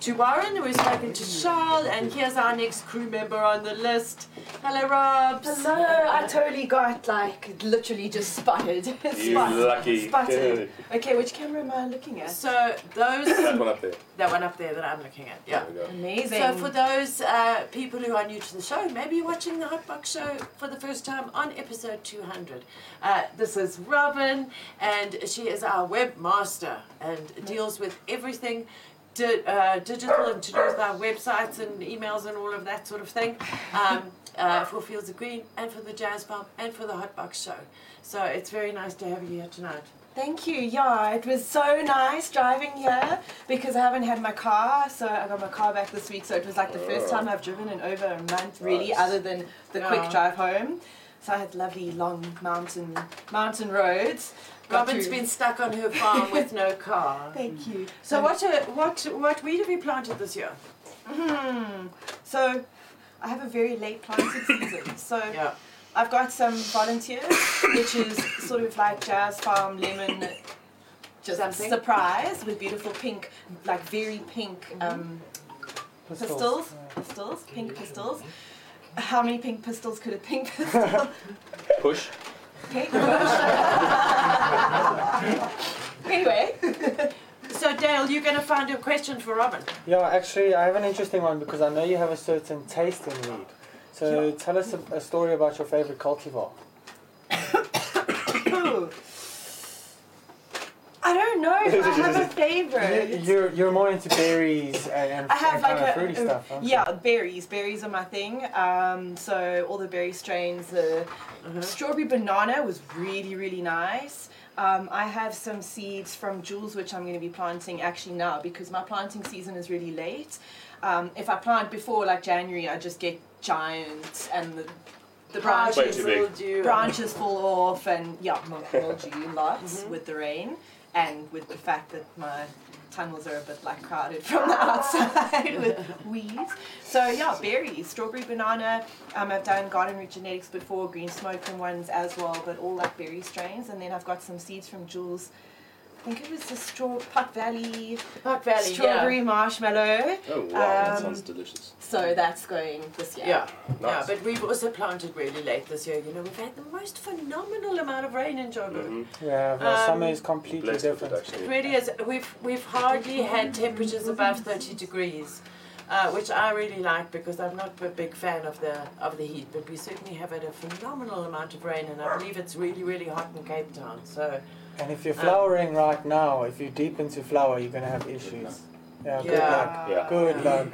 to Warren, we've spoken to Charles, and here's our next crew member on the list. Hello, Robs. Hello, I totally got like literally just spotted. *laughs* You Spotted. lucky Spotted. *laughs* kid. Okay, which camera am I looking at? So those That one up there. that one up there that I'm looking at, yeah. There we go. Amazing. So for those uh, people who are new to the show, maybe you're watching the Hotbox Show for the first time on episode 200. Uh, this is Robin, and she is our webmaster and deals with everything di- uh, digital and to do with our websites and emails and all of that sort of thing um, uh, for Fields of Green and for the Jazz Bomb and for the Hotbox Show. So it's very nice to have you here tonight. Thank you. Yeah, it was so nice driving here because I haven't had my car. So I got my car back this week. So it was like the first time I've driven in over a month, really, Nice. other than the Yeah. quick drive home. So I had lovely long mountain mountain roads. Got Robin's to- been stuck on her farm with no car. Thank you. *laughs* So what, uh, what, what weed have you planted this year? Hmm. So I have a very late planting season. So Yeah. I've got some volunteers, which is sort of like jazz farm lemon, just Something. surprise with beautiful pink, like very pink um, pistils, pistils, pink pistils. How many pink pistils could a pink pistol? Push. pink? anyway, So *laughs* So Dale, you're going to find a question for Robin. Yeah, actually, I have an interesting one because I know you have a certain taste in weed. So tell us a, a story about your *coughs* favorite cultivar. I don't know if I have a You- favorite. You're, you're more into berries and, and, I have and like kind a of fruity stuff. aren't you? yeah berries. Berries are my thing. Um, so all the berry strains. The Mm-hmm. strawberry banana was really really nice. Um, I have some seeds from Jules which I'm going to be planting actually now because my planting season is really late. Um, if I plant before like January, I just get giant and the the Branches branches Way too big. *laughs* mildew. branches fall off and yeah mil- mildew lots Mm-hmm. with the rain and with the fact that my tunnels are a bit like crowded from the *laughs* outside with weeds so yeah berries strawberry banana um, i've done garden root genetics before green smoke and ones as well but all like berry strains and then i've got some seeds from jules I think it was the straw Puck Valley, Puck Valley, yeah. strawberry marshmallow. Oh wow, that Um, sounds delicious. So that's going this year. Yeah, yeah, Nice. but we've also planted really late this year. You know, we've had the most phenomenal amount of rain in Joburg. Mm-hmm. Yeah, well, summer Um, is completely Blessed with it, different. It really is. We've we've hardly had temperatures above thirty degrees, uh, which I really like because I'm not a big fan of the of the heat. But we certainly have had a phenomenal amount of rain, and I believe it's really really hot in Cape Town. So And if you're Um, flowering right now, if you're deep into flower, you're going to have issues. Yeah, good Yeah. luck. Yeah. Good Yeah. luck.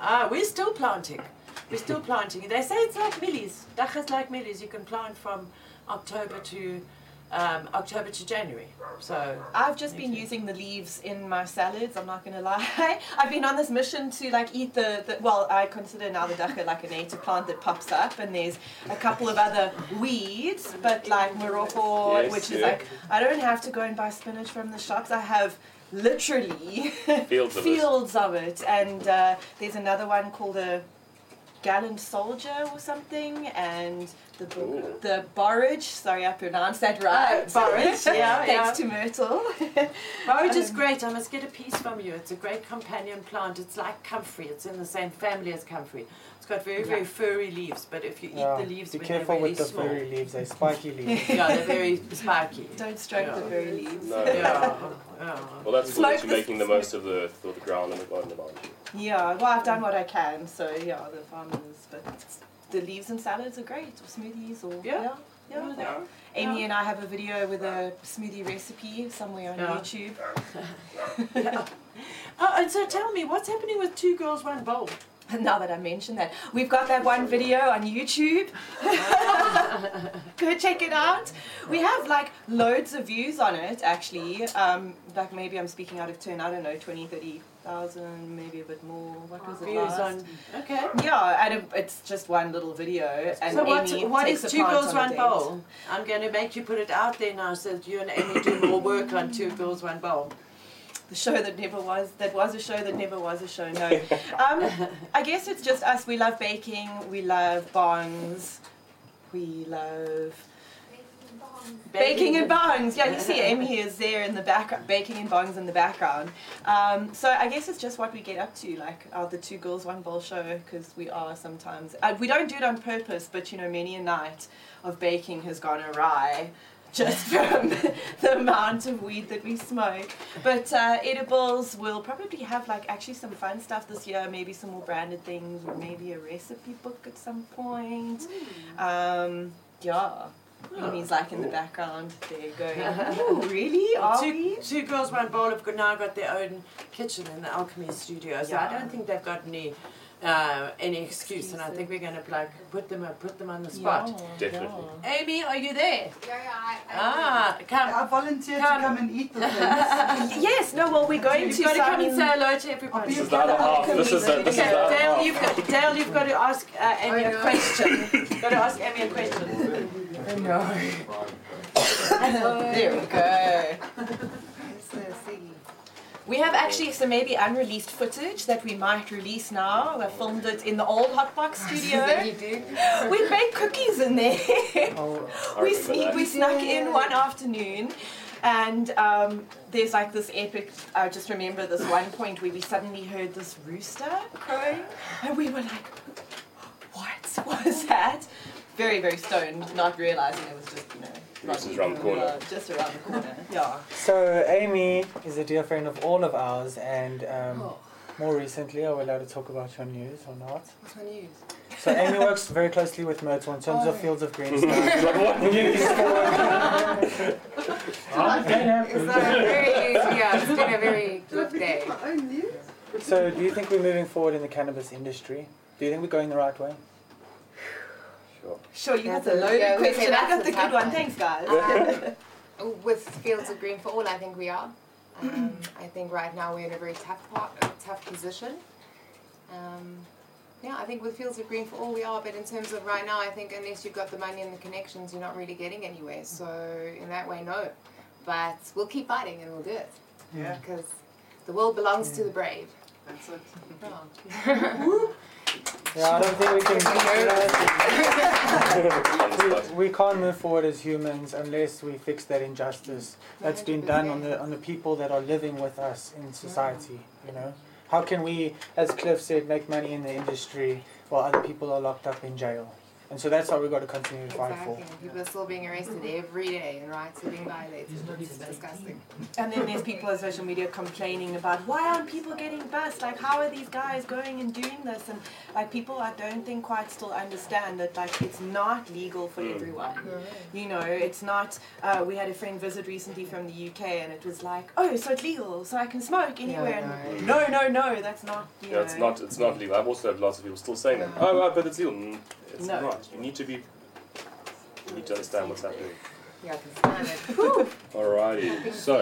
ah, we're still planting. We're still planting. They say it's like millies. Dach is like millies. You can plant from October to um, October to January. So I've just *laughs* been using the leaves in my salads. I'm not gonna *laughs* lie. I've been on this mission to like eat the, the well. I consider now the dacha like a native plant that pops up, and there's a couple of other weeds, but like morocco, Yes, which is yeah. like I don't have to go and buy spinach from the shops. I have literally Fields of it. fields of it, and uh, there's another one called a gallant soldier or something, and the Ooh. the borage. Sorry, I pronounced that right. Uh, borage, *laughs* yeah, Thanks yeah. to Myrtle. Borage Oh, is Um, great. I must get a piece from you. It's a great companion plant. It's like comfrey. It's in the same family as comfrey. It's got very, very furry leaves, but if you eat Yeah. the leaves Be when careful they're really with the small, furry leaves, they're spiky leaves. *laughs* yeah, they're very spiky. *laughs* Don't stroke Yeah. the very leaves. No. Yeah. yeah. Well, that's Smoke what you're making the most of the earth or the ground and the garden around you. Yeah, well, I've done what I can, so yeah, the farmers, but the leaves and salads are great, or smoothies, or Yeah. yeah. yeah, Yeah. Amy Yeah. and I have a video with a smoothie recipe somewhere on Yeah. *laughs* YouTube. *laughs* Oh, and so tell me, what's happening with two girls, one bowl? Now that I mentioned that, we've got that one video on YouTube. Go check it out. We have like loads of views on it actually. Um, like maybe I'm speaking out of turn, I don't know, 20, 30,000, maybe a bit more. What was it Views last? on. Okay. Yeah, and it, it's just one little video. And so what, Amy what takes is a two plant girls, on a one date. bowl? I'm going to make you put it out there now so that you and Amy do more work on two girls, one bowl. The show that never was, that was a show that never was a show. No, um, I guess it's just us. We love baking. We love bongs. We love *laughs* Baking and bongs. Yeah, you see Amy is there in the background, baking and bongs in the background. Um, so I guess it's just what we get up to, like uh, the two girls, one bowl show, because we are sometimes. Uh, we don't do it on purpose, but you know, many a night of baking has gone awry *laughs* just from *laughs* the amount of weed that we smoke. But uh, edibles will probably have like actually some fun stuff this year, maybe some more branded things, or maybe a recipe book at some point. Um, yeah. Amy's like in the background there *laughs* *laughs* going, Ooh, really? Are two, we? two girls, one bowl have got- now got their own kitchen in the alchemy studio, so I Yeah. don't think they've got any uh, any excuse, and I think we're going to like put them up, put them on the spot. Definitely. Amy, are you there? Yeah, yeah, I, I Ah, come. I volunteer come. to come and eat the things. *laughs* Yes, no, well, we're going You've to got to come and Simon- say hello to everybody. This is the other half. This is the, this is the Okay, other Dale, half. you've got, Dale, you've got to ask uh, Amy a *laughs* question. got to ask Amy a question. I know. there we go. We have actually some maybe unreleased footage that we might release now. I filmed it in the old *laughs* Hotbox studio. *gasps* we baked cookies in there. *laughs* I we remember sneak, that. we snuck in one afternoon, and um, there's like this epic. I just remember this one point where we suddenly heard this rooster crowing, and we were like, "What was that?" very, very stoned, not realizing it was just, you know, This is around the corner. uh, just around the corner. Yeah. So Amy is a dear friend of all of ours, and um, more recently, are we allowed to talk about your news or not? What's my news? So Amy works very closely with Myrtle in terms Oh. of fields of green stuff. *laughs* News for- It's not a very easy, yeah, it's been a very good day. *laughs* so do you think we're moving forward in the cannabis industry? Do you think we're going the right way? Sure, you That's got the a- loaded yeah, we say question. I that's got a the tough good one. one. Thanks, guys. Um, *laughs* with fields of green for all, I think we are. Um, I think right now we're in a very tough part, a tough position. Um, yeah, I think with fields of green for all we are, but in terms of right now, I think unless you've got the money and the connections, you're not really getting anywhere. So in that way, no. But we'll keep fighting and we'll do it. Yeah. Because the world belongs to the brave. That's *laughs* it. Yeah, I don't think we can. we, we can't move forward as humans unless we fix that injustice that's been done on the on the people that are living with us in society. You know, how can we, as Cliff said, make money in the industry while other people are locked up in jail? And so that's what we've got to continue to fight Exactly. for. People are still being arrested every day and rights are being violated. It's disgusting. And then there's people on social media complaining about why aren't people getting bused? Like, how are these guys going and doing this? And like, people I don't think quite still understand that like it's not legal for Mm. everyone. You know, it's not. Uh, we had a friend visit recently from the UK, and it was like, oh, so it's legal, so I can smoke anywhere. and no, no, no, no, that's not. You Yeah, know. it's not. It's not legal. I've also had lots of people still saying that. Oh, uh, but it's legal. Mm, It's No. not. You need to be. You need to understand what's happening. Yeah, I can stand it. Whew. Alrighty. So,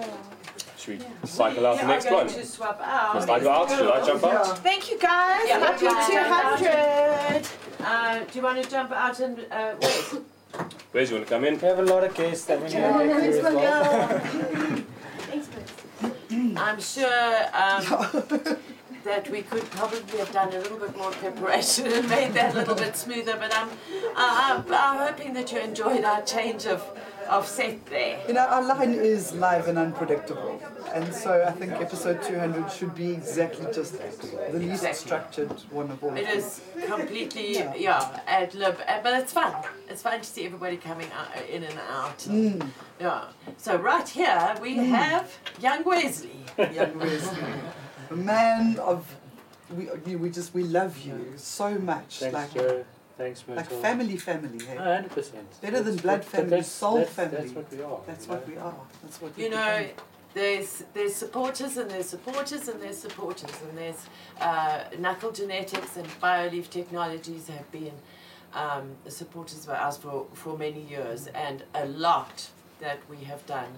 *clears throat* should we cycle out the Yeah, next I'm one? going to swap out. Must I go out? Should I jump out? Thank you guys. Yeah, Happy we'll jump out. 200. Uh, do you want to jump out and uh, wait? Where's you want to come in? We have a lot of guests that we need to Yeah, get through as let's go. *laughs* well. Thanks, guys. I'm sure um, *laughs* that we could probably have done a little bit more preparation and made that a little bit smoother. But I'm, I, I'm, I'm hoping that you enjoyed our change of, of set there. You know, our line is live and unpredictable. And so I think episode 200 should be exactly just that. The least structured one of all. It is completely, Yeah. yeah, ad lib, uh, but it's fun. It's fun to see everybody coming out, uh, in and out. Mm. Yeah. So right here we Mm. have young Wesley. Young Wesley. A man of. We, you- we just we love you so much. Thanks, like, Joe. Thanks, Myrtle. like family, family. Hey? hundred percent. Better than blood family, soul family. That's what we are. That's you what know? we are. That's what we You know, became. there's there's supporters and there's supporters and there's supporters and there's uh, Knuckle Genetics and BioLeaf Technologies have been um, supporters of ours for, for many years and a lot that we have done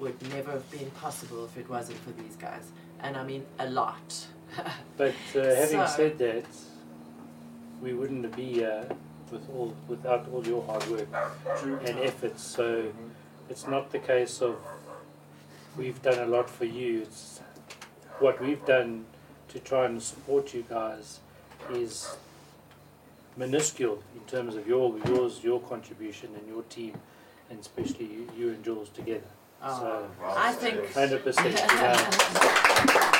would never have been possible if it wasn't for these guys. And I mean a lot. But uh, having So- said that, we wouldn't be here with all without all your hard work and efforts. So it's not the case of we've done a lot for you. It's what we've done to try and support you guys is minuscule in terms of your yours your contribution and your team, and especially you, you and Jules together. so Oh, I think- hundred percent. You *laughs* know,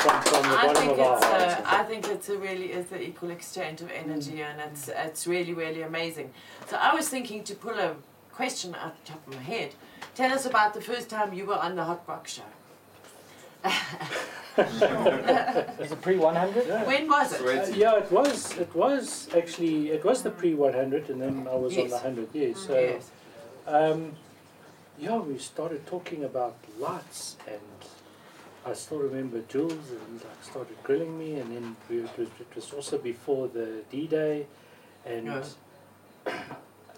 from, from the I bottom think of it's uh, our hearts. Mm. a, I think it's a really it's an equal exchange of energy and it's it's really really amazing. So I was thinking to pull a question out the top of my head. Tell us about the first time you were on the Hot Box *laughs* Show. Is it pre 100? When was it? Uh, yeah, it was. It was actually. It was the pre 100, and then I was on the Yes. Mm, 100. Yeah. So, Yes. um, yeah, we started talking about lights, and I still remember Jules, and like started grilling me, and then we, it, was, it was also before the D Day, and Yes. *coughs*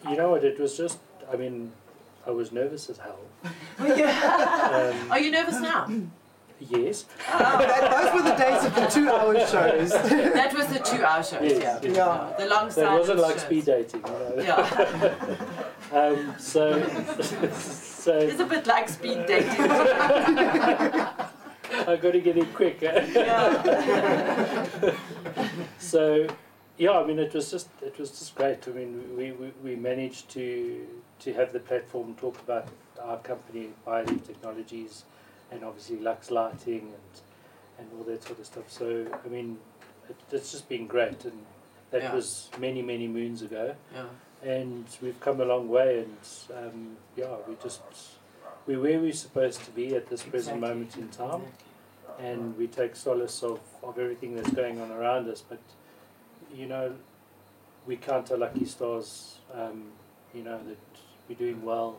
you know what? It was just. I mean, I was nervous as *laughs* hell. Oh, Were you- Um, *laughs* Are you nervous *laughs* now? yes. those were the days of the *laughs* two-hour *laughs* shows. that was the two-hour shows. Yes, yeah. yes. The long So it wasn't silent like shows. speed dating, you know. Yeah. *laughs* um, so, so It's a bit like speed *laughs* dating. I got to get in quick. eh? *laughs* so, yeah, I mean, it was just it was just great. I mean, we, we, we managed to to have the platform talk about our company, BioLeaf Technologies, and obviously Lux Lighting and and all that sort of stuff. So, I mean, it, it's just been great, and That Yeah. was many, many moons ago. Yeah. And we've come a long way, and um, yeah, we just we're where we're supposed to be at this present Exactly. moment in time, and we take solace of, of everything that's going on around us. But you know, we count our lucky stars. Um, you know that we're doing well.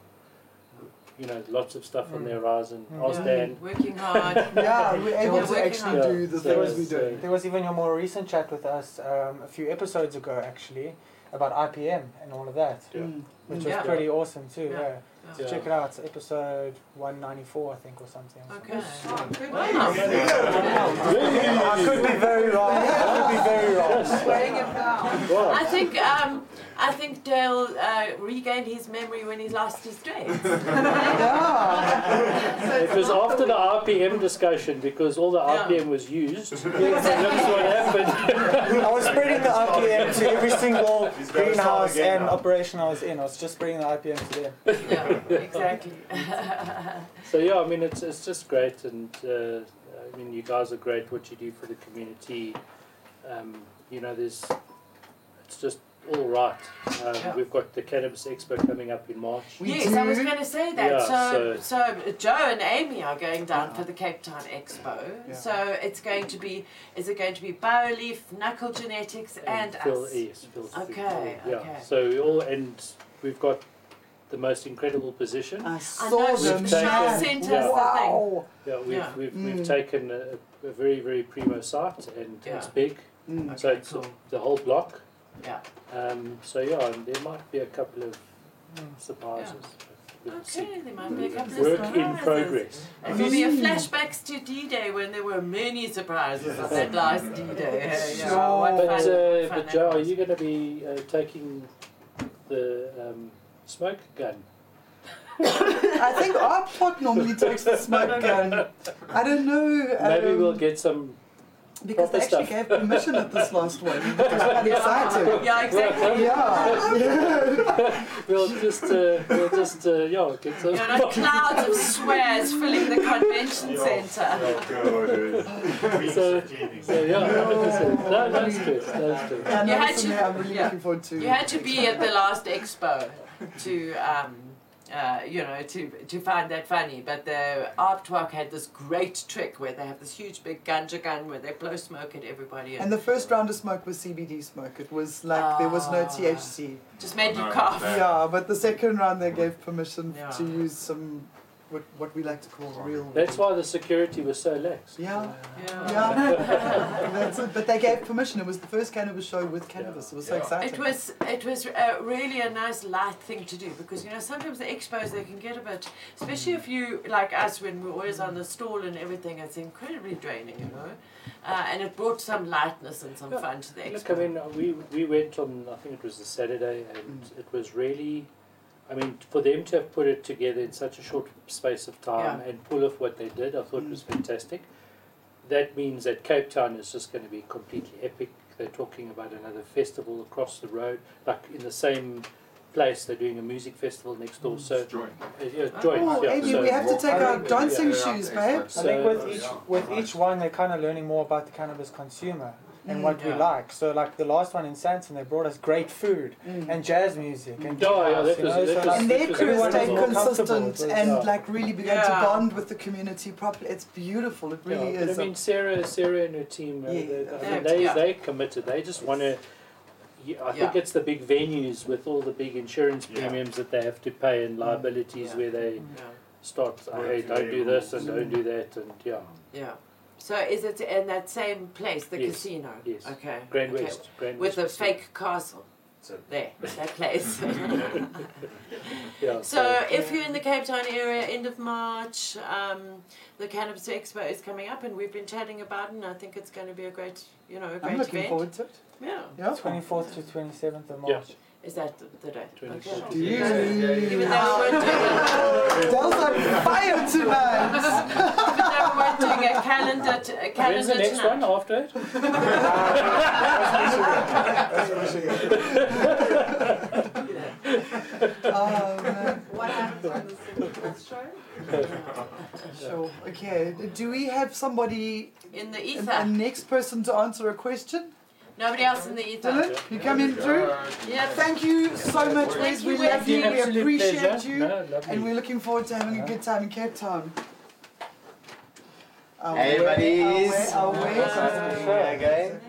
You know, lots of stuff on the horizon. Mm-hmm. Mm. Ask Yeah. Dan. Working *laughs* Yeah, we're able to working actually hard. do the things we do. There was even your more recent chat with us um, a few episodes ago, actually, about IPM and all of that, Yeah. Mm. which was Yeah. pretty awesome too. Yeah. Yeah. So Yeah. check it out. It's episode 194, I think, or something. Okay. Oh, Wow. I could be very wrong. I could be very wrong. *laughs* I think um, I think Dale uh, regained his memory when he lost his dread. It was after the RPM discussion because all the RPM was used. So *laughs* that's what happened. I was spreading the IPM to every single He's gonna start greenhouse again and now. operation I was in. I was just spreading the IPM to them. exactly. So yeah, I mean it's it's just great, and uh, I mean you guys are great. What you do for the community, um, you know, there's it's just all right. Um, Yeah. We've got the cannabis expo coming up in March. yes, I was going to say that. Yeah, so, so- so, Joe and Amy are going down for the Cape Town Expo. So it's going to be, is it going to be Bowleaf, Knuckle Genetics, and, Phil, E. us? yes, Phil. Oh, Okay, yeah. okay. So we all and we've got the most incredible position. I saw them. Charles sent us the Wow. Yeah, we've Yeah. we've, Mm. we've taken a, a very very primo site and it's Yeah. big. Mm. So it's the whole block. Yeah. Um, so yeah, and there might be a couple of surprises. We'll see. Okay, there Mm. might be a couple of Work in surprises. progress. It will be a flashbacks to D-Day when there were many surprises on that *laughs* last D-Day. Yeah, yeah. What but, fun- uh, fun but that Joe, are was. you going to be uh, taking the um, smoke gun? I think our *laughs* pot normally *laughs* takes the smoke gun. I don't know. Maybe um, we'll get some. because they proper actually gave *laughs* permission at this last one. It was quite exciting. *laughs* Yeah, exactly. Yeah. *laughs* we'll just, uh, we'll just, uh, yeah, get some. You're not clouds of swears filling the convention centre. *laughs* so, so yeah, no, that's good. That's good. And You that had was to- something I'm really yeah. looking forward to. You had to be at the last expo to, um, uh, you know, to to find that funny. But the art walk had this great trick where they have this huge big ganja gun where they blow smoke at everybody and, *laughs* And the first round of smoke was CBD smoke. It was like there was no Ah. THC. just made you cough. Yeah, but the second round they gave permission Yeah. to use some what, what we like to call real. That's why the security was so lax. Yeah. Yeah. Yeah, *laughs* that's it. But they gave permission. It was the first cannabis show with cannabis. It was so exciting. It was it was uh, really a nice light thing to do because you know sometimes the expos they can get a bit, especially if you like us when we're always on the stall and everything. It's incredibly draining, you know, uh, and it brought some lightness and some fun to the Look, expo. I mean, uh, we we went on. I think it was the Saturday, and Mm. it was really. I mean, for them to have put it together in such a short space of time Yeah. and pull off what they did, I thought was Mm. fantastic. That means that Cape Town is just going to be completely epic. They're talking about another festival across the road, like in the same place. They're doing a music festival next door. So joint, yeah, joint. Mm. Oh, yeah, Amy, so- we have to take our dancing shoes, babe. I think with each with each one, they're kind of learning more about the cannabis consumer and what Mm. we like. So, like the last one in Santon, they brought us great food and jazz music and Mm. Oh, Yeah, yeah, jazz, that you was- know, that so was- like Mm. And their Because crew everyone stayed was more comfortable. consistent It was, and yeah. like really began to Yeah. bond with the community properly. It's beautiful. It really yeah, is. But I mean, Sarah, Sarah and her team, uh, Yeah, they, I mean, that- they, yeah. they committed. They just want to. I think Yeah. it's the big venues with all the big insurance Yeah. premiums that they have to pay Mm. and liabilities where they start. "Oh, Work Hey, their don't do rules. this and don't do that and yeah. Yeah. So is it in that same place, the Yes. casino? Yes. Okay. Grand okay. West. Grand With the West. fake castle. there, that *laughs* place. yeah. *laughs* So if you're in the Cape Town area, end of March, um, the Cannabis Expo is coming up, and we've been chatting about it. and I think it's going to be a great, you know, a great I'm looking event. forward to it. Yeah. 24th to 27th of March. Is that the, the date? Okay. Do you- Even though we're doing Dale's on fire tonight. even though we're doing a calendar, t- a calendar When's the next tonight. one after it? *laughs* *laughs* What happens on the Singapore show? Sure. Okay. Do we have somebody in the ether? The next person to answer a question. Nobody else in the ether. Dylan, you come in through. Yeah. Thank you so much, Thank Wes. you, We Wes. love you. We Absolute appreciate pleasure. you. No, lovely. And we're looking forward to having a good time in Cape Town. Hey, buddies. Away,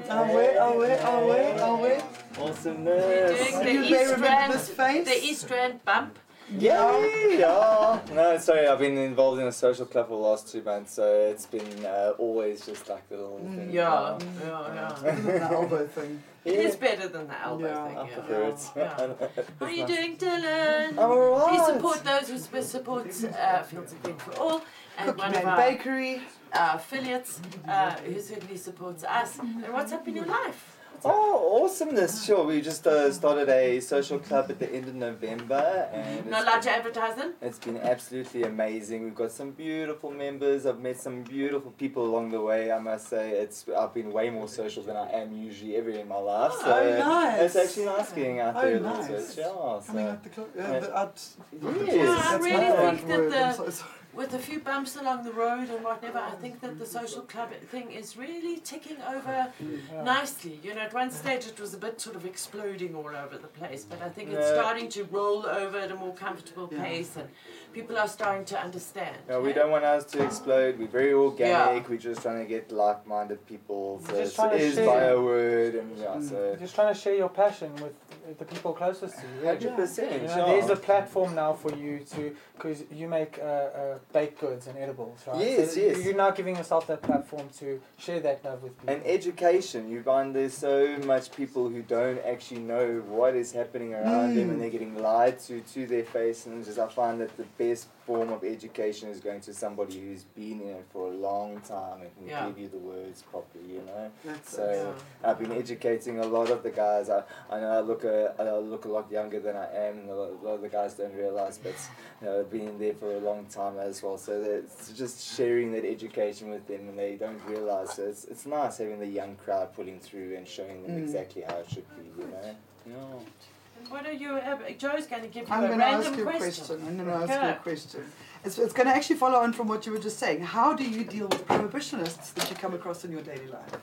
away, away, away, away. Awesomeness. Doing the *laughs* You may East remember Rand, this face. the East Rand bump. Yay! Yeah. No, sorry, I've been involved in a social club for the last two months, so it's been uh, always just like the little thing. *laughs* Yeah, yeah, *laughs* yeah. elbow thing. It is better than the elbow I thing. Yeah. prefer it. *laughs* How are you doing, Dylan? I'm alright. We support those who sp- support uh, Fields of Green for All, and Cookie one Man of our Bakery uh, affiliates uh, who certainly supports us. And what's up in your life? Oh, awesomeness! Sure, we just uh, started a social club at the end of November, and Not it's allowed to advertise them. It's been absolutely amazing. We've got some beautiful members. I've met some beautiful people along the way. I must say, it's I've been way more social than I am usually ever in my life. Oh, so nice. It's actually nice getting out Oh, there. nice. It's, yeah, so. coming out the club. Yeah, Yeah. the, out, Yes. I That's really my right think word, I'm that so the, with a few bumps along the road and whatever, I think that the social club thing is really ticking over nicely. You know, at one stage it was a bit sort of exploding all over the place, but I think it's Yeah. starting to roll over at a more comfortable Yeah. pace and people are starting to understand. No, we don't want ours to explode. We're very organic. We're just trying to get like-minded people. So Just it's- trying it to is share. by a word, and yeah, Mm. so. Mm. Just trying to share your passion with the people closest to you. really. 100%, You know, sure. There's a platform now for you to, because you make uh, uh, baked goods and edibles, right? Yes, so yes. You're now giving yourself that platform to share that love with people. And education, you find there's so much people who don't actually know what is happening around them Mm. Hmm. and they're getting lied to to their face and just I find that the best form of education is going to somebody who's been in it for a long time and can Yeah. give you the words properly, you know. That's so I've been educating a lot of the guys. I, I know I look a, I look a lot younger than I am and a lot, a lot of the guys don't realise but you know, I've been in there for a long time as well. So that it's just sharing that education with them and they don't realise. So it's, it's nice having the young crowd pulling through and showing them Mm. exactly how it should be, you know? And what are you, uh, Joe's going to give you I'm a going to random ask you a question. I'm going to ask you a Okay. question. It's, it's going to actually follow on from what you were just saying. How do you deal with prohibitionists that you come across in your daily life?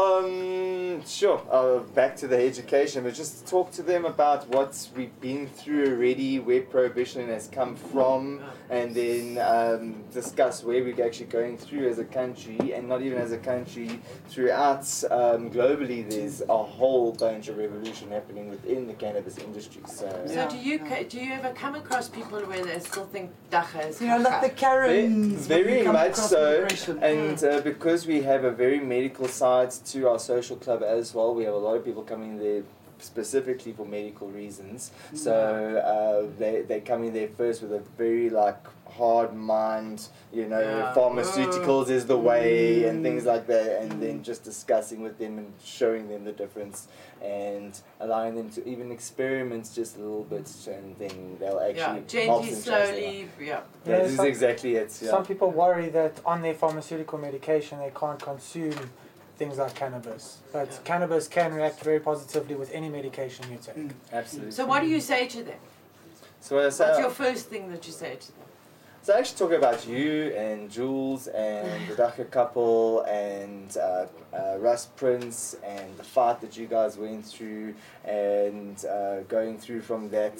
Um, sure. Uh, back to the education, but just talk to them about what we've been through already, where prohibition has come from, and then um, discuss where we're actually going through as a country, and not even as a country, throughout um, globally. There's a whole bunch of revolution happening within the cannabis industry. So, So do you ca- do you ever come across people where they still think dacha is You know, like the caca? Karens. when Very you come much across so. immigration. And uh, because we have a very medical side to our social club as well, we have a lot of people coming there specifically for medical reasons. So uh, they, they come in there first with a very like hard mind, you know, Yeah. pharmaceuticals is the way and Mm. things like that, and then just discussing with them and showing them the difference and allowing them to even experiment just a little bit, and then they'll Yeah, actually help gently, them change their life. slowly, yeah. Yeah, this is some- exactly it. Yeah. Some people worry that on their pharmaceutical medication they can't consume things like cannabis, but cannabis can react very positively with any medication you take. Absolutely. So what do you say to them? So what I What's say- your first thing that you say to them? So I actually talk about you and Jules and the Dhaka couple and uh, uh, Russ Prince and the fight that you guys went through and uh, going through from that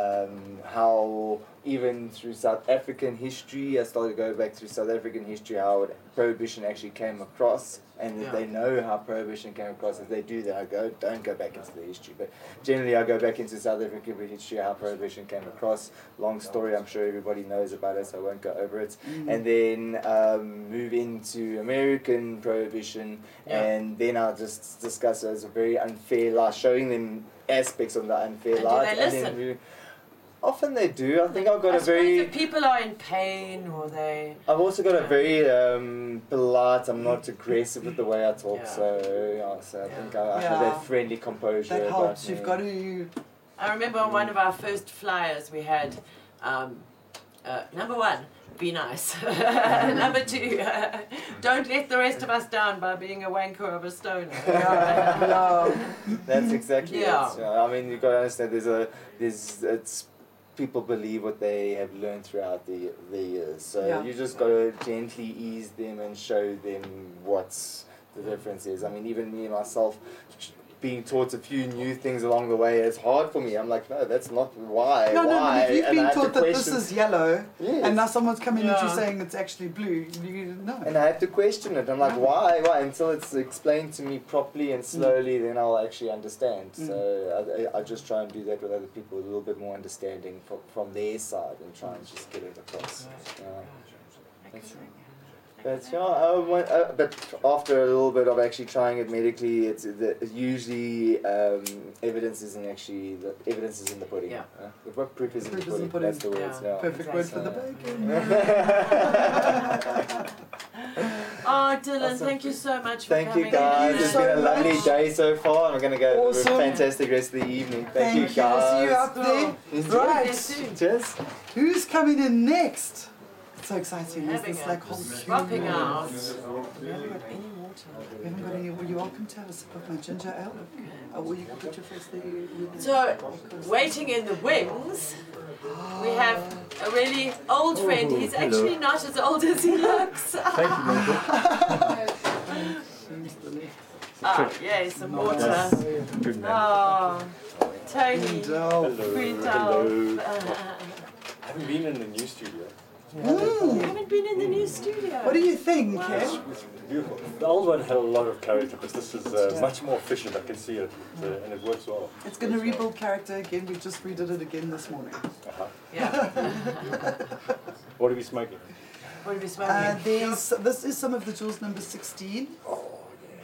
um, how even through South African history I started to go back through South African history how it, prohibition actually came across and that Yeah. they know how prohibition came across if they do that I go don't go back into the history but generally I go back into South African history how prohibition came across long story I'm sure everybody knows about it so I won't go over it Mm-hmm. Mm. and then um, move into American prohibition Yeah. and then I'll just discuss it as a very unfair life showing them aspects of the unfair And do life they and then listen? move- often they do I think I've got I a very suppose if people are in pain or they I've also got a very um, polite. I'm not aggressive with the way I talk, so yeah, so I think I, I have Yeah. that friendly composure. That about helps, me. you've got to. I remember on one of our first flyers we had um, uh, number one, be nice. *laughs* number two, *laughs* don't let the rest of us down by being a wanker of a stoner. *laughs* *laughs* That's exactly Yeah. it. Yeah, I mean, you got to understand. There's a there's it's people believe what they have learned throughout the the years. So Yeah. you just got to gently ease them and show them what's the difference is. I mean, even me myself being taught a few new things along the way, it's hard for me. I'm like, no, that's not why. No, no, why? but if you've And I been have to taught that this question- is yellow, and now someone's coming at you Yeah. saying it's actually blue, you know. And I have to question it. I'm like, why? Why? Until it's explained to me properly and slowly, then I'll actually understand. Mm. So I, I just try and do that with other people, a little bit more understanding from, from their side and try and just get it across. Yeah. That's- That's yeah. Uh, one, uh, but after a little bit of actually trying it medically, it's the, usually um, evidence isn't actually the evidence is in the pudding. Yeah. Uh, the what proof is in the Proof is pudding. in That's the pudding. words. Yeah. Yeah. Perfect word for the bacon. *laughs* Oh, Dylan, thank you so much for Thank coming. you guys. in. It's been a lovely day so far, and we're gonna go have Awesome. a fantastic rest of the evening. Thank, Thank you you. I'll see you guys. up there. Yes, Right. Cheers. Who's coming in next? It's so exciting. There's this like whole queue. Dropping out. We haven't got any water. We haven't got any. Well, you're welcome to have a sip of my ginger ale. Oh, well, you can put your face there. So, waiting in the wings, we have a really old Oh, friend. He's hello. actually not as old as he looks. Thank you, *laughs* Ah, yeah, some water. Good man. Oh, Tony. Uh, Hello. Friedel. I haven't been in the new studio. You uh, haven't been in the new studio. Mm. What do you think, Wow. It's beautiful. The old one had a lot of character because this is uh, much more efficient. I can see it uh, and it works well. It's going to rebuild character again. We just redid it again this morning. Uh-huh. Yeah. What are we smoking? What are we smoking? Uh, there's, this is some of the jewels number 16,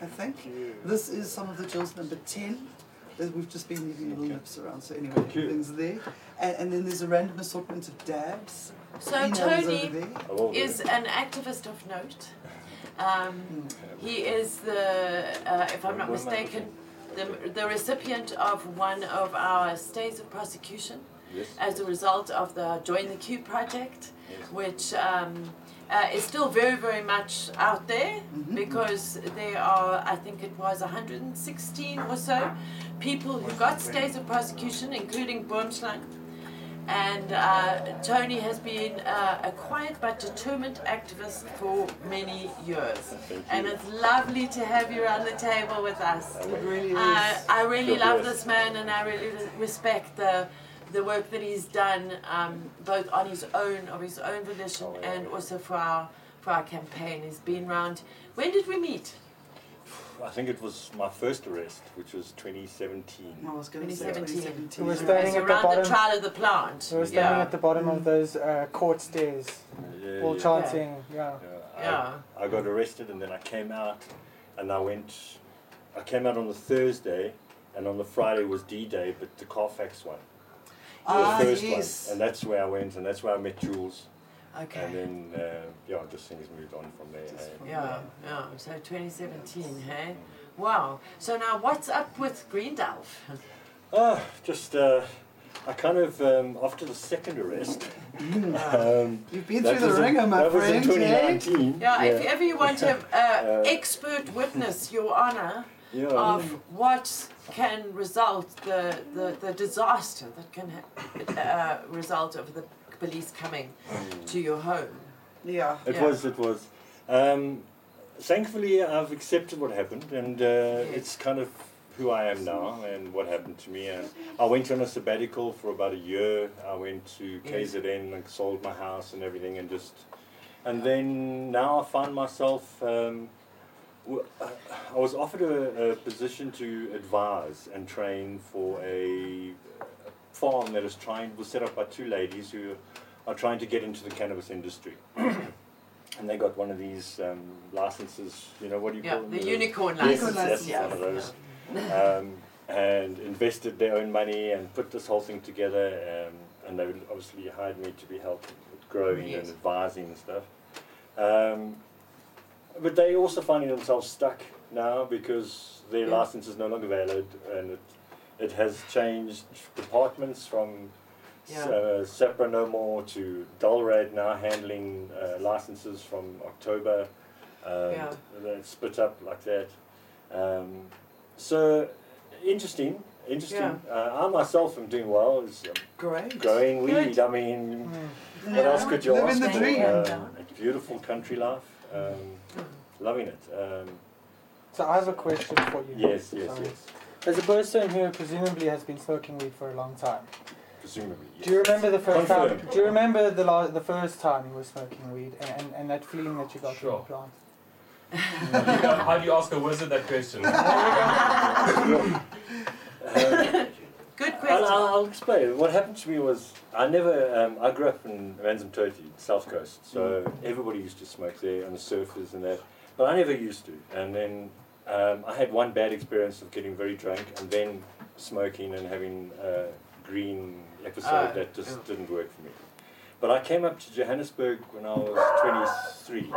I think. Oh, This is some of the jewels number 10. Uh, We've just been leaving little nips around, so anyway, everything's there. And, and then there's a random assortment of dabs. So Eno's Tony over there. is an activist of note. Um, he is the, uh, if I'm not mistaken, the, the recipient of one of our stays of prosecution Yes. as a result of the Join the Queue project, which um, uh, is still very, very much out there because there are, I think it was 116 or so people who got stays of prosecution, including Boomslang. And uh, Tony has been uh, a quiet but determined activist for many years. And it's lovely to have you around the table with us. It really is. Uh, I really Feel love blessed. this man, and I really respect the the work that he's done, um, both on his own, of his own volition, Oh, and also for our for our campaign. He's been round. When did we meet? I think it was my first arrest, which was 2017. I was gonna say 2017. We were standing It's at the around bottom- trial of the plant. We were standing yeah. at the bottom of those uh, court stairs, Mm. Yeah, all yeah. chanting. Yeah. I- I, got arrested and then I came out and I went, I came out on the Thursday and on the Friday was D-Day, but the Carfax one. Ah, the first yes. one. And that's where I went and that's where I met Jules. Okay. And then, uh, yeah, just things moved on from there. eh? Yeah, yeah. So 2017, hey? Wow. So now what's up with Greendelf? Ah, just uh, I kind of um, after the second arrest. *laughs* um, Mm. You've been that through the was in- ringer, my that friend, was in eh? 2019. Yeah, if ever you *laughs* want to have uh, Uh, expert witness, Your Honor, Yeah. of what can result, the, the, the disaster that can ha- uh, result of the police coming to your home. Yeah. Mm. It was. It was. Um, thankfully, I've accepted what happened, and uh, it's kind of who I am now and what happened to me. And I went on a sabbatical for about a year. I went to Yes. KZN and sold my house and everything, and just. And then now I find myself. Um, w- uh, I was offered a, a position to advise and train for a farm that is trying was set up by two ladies who are trying to get into the cannabis industry and they got one of these um, licenses. You know what do you Yeah, call them? the unicorn Yes, license. yes, Unicorn one of those. license, um, and invested their own money and put this whole thing together. Um, and they obviously hired me to be helping with growing Yes. and advising and stuff. Um, but they also finding themselves stuck now because their Yeah. license is no longer valid, and it, it has changed departments from Yeah. uh, SEPRA no more to Dalrad now handling uh, licenses from October. Um, Yeah. They split up like that. Um, so interesting, interesting. Uh, I myself am doing well. It's, um, Great. Growing weed. Good. I mean, what Yeah. else could you Mm. Living ask the for? dream. Um, beautiful country life. Um, loving it. Um, So I have a question for you. Yes, yes, yes. As a person who presumably has been smoking weed for a long time, presumably. do you remember the first time? Confirmed. Do you remember the la- the first time you were smoking weed and, and, and that feeling that you got from the plant? How do you ask a wizard that *laughs* question? Good question. question. I'll, I'll explain. What happened to me was I never. Um, I grew up in Ransom Toti, South Coast, so Mm. everybody used to smoke there and the surfers and that, but I never used to. And then um, I had one bad experience of getting very drunk and then smoking and having a green episode Ah, that just yeah. didn't work for me. But I came up to Johannesburg when I was 23,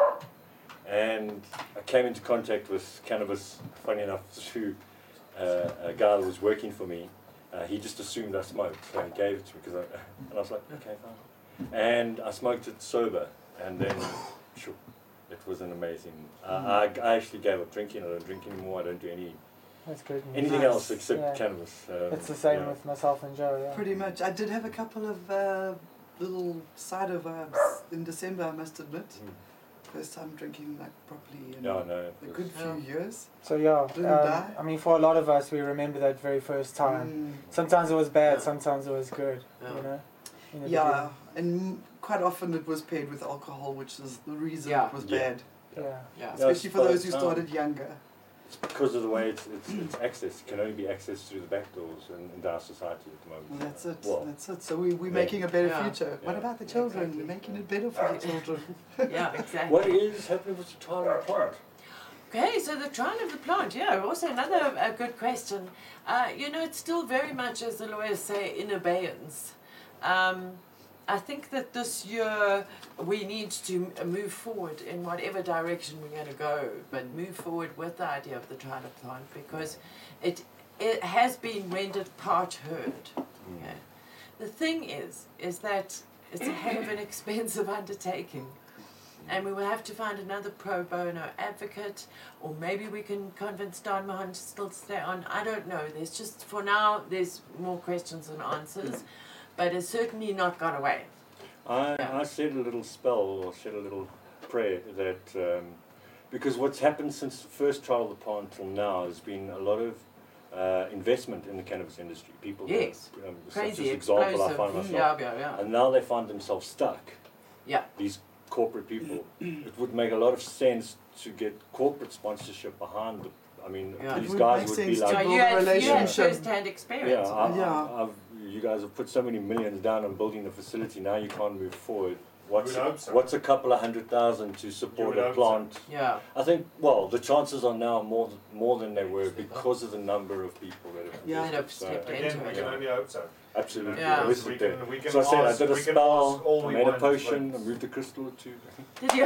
and I came into contact with cannabis. Funny enough, *laughs* through uh, a guy that was working for me. Uh, he just assumed I smoked, so he gave it to me because I, *laughs* and I was like, okay, fine. And I smoked it sober, and then, sure, it was an amazing. Mm. I I, I actually gave up drinking. I don't drink anymore. I don't do any That's good. anything Nice. else except Yeah. cannabis. Um, it's the same yeah. with myself and Joe. Yeah. Pretty much. I did have a couple of uh, little cider vibes in December, I must admit. First time drinking like properly in Mm. Yeah, I know, it a was- good few years. So yeah, Didn't um, die. I mean, for a lot of us, we remember that very first time. Mm. Sometimes it was bad, sometimes it was good. You know. In the Yeah, and quite often it was paired with alcohol, which is the reason it was Yeah. bad. Yeah. Yeah. Yeah, it's Especially for by the those who time- started younger. It's because of the way it's, it's, it's accessed. It can only be accessed through the back doors in, in our society at the moment. That's it. Well, That's it. So we, we're Yeah. making a better Yeah. future. What Yeah. about the children? We're making it better for the children. *laughs* yeah, exactly. What is happening with the Thailand plant? Okay, so the trial of the plant, yeah, also another uh, good question. Uh, you know, it's still very much, as the lawyers say, in abeyance. Um, I think that this year we need to m- move forward in whatever direction we're going to go, but move forward with the idea of the trial of plant because it, it has been rendered part heard. Okay. The thing is, is that it's a hell of an *laughs* expensive undertaking and we will have to find another pro bono advocate, or maybe we can convince Don Mahan to still stay on. I don't know. There's just for now there's more questions than answers, but it's certainly not gone away. I, I said a little spell or said a little prayer that um, because what's happened since the first trial of the plant till now has been a lot of uh, investment in the cannabis industry. People, have, Yes. um, such Crazy as example, I explosive. find Mm, myself, yeah, yeah, yeah. and now they find themselves stuck. Yeah. These corporate *clears throat* people. it would make a lot of sense to get corporate sponsorship behind the. I mean, Yeah. these It would guys make would be sense to like. build a You had- you had relationship. first-hand experience. Yeah, I, I- Yeah. I've, you guys have put so many millions down on building the facility. Now you can't move forward. What's You would hope so. what's a couple of hundred thousand to support You would a hope so. plant? Yeah. I think well, the chances are now more th- more than they were because of the number of people that have Yeah. That have invested. stepped So, Again, into we it. can only hope so. Absolutely. Yeah. I wish We it can- did. we can so I said ask- I did a we can spell, ask all I we made a want, but- potion, I moved a crystal too. Did you?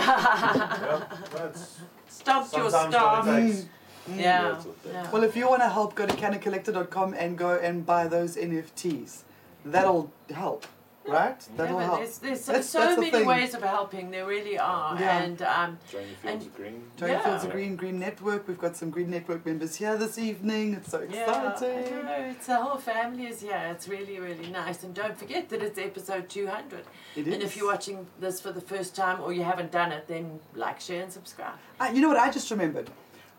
Stopped your staff. Yeah. yeah. Well, if you want to help, go to canacollector.com and go and buy those NFTs. That'll help, right? That'll Yeah, but help. There's, there's so- That's- so that's the many thing. ways of helping. There really are, Yeah. and um, Joining and green. Tony yeah. Fields of Green Green Network. We've got some Green Network members here this evening. It's so Yeah, exciting. I don't know. It's the whole family is here. It's really, really nice. And don't forget that it's episode 200. It And is. if you're watching this for the first time or you haven't done it, then like, share, and subscribe. Uh, you know what? I just remembered.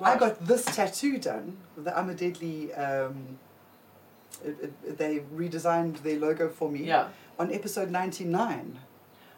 I got this tattoo done. The I'm a Deadly. Um, it, it, they redesigned their logo for me. Yeah. On episode ninety nine.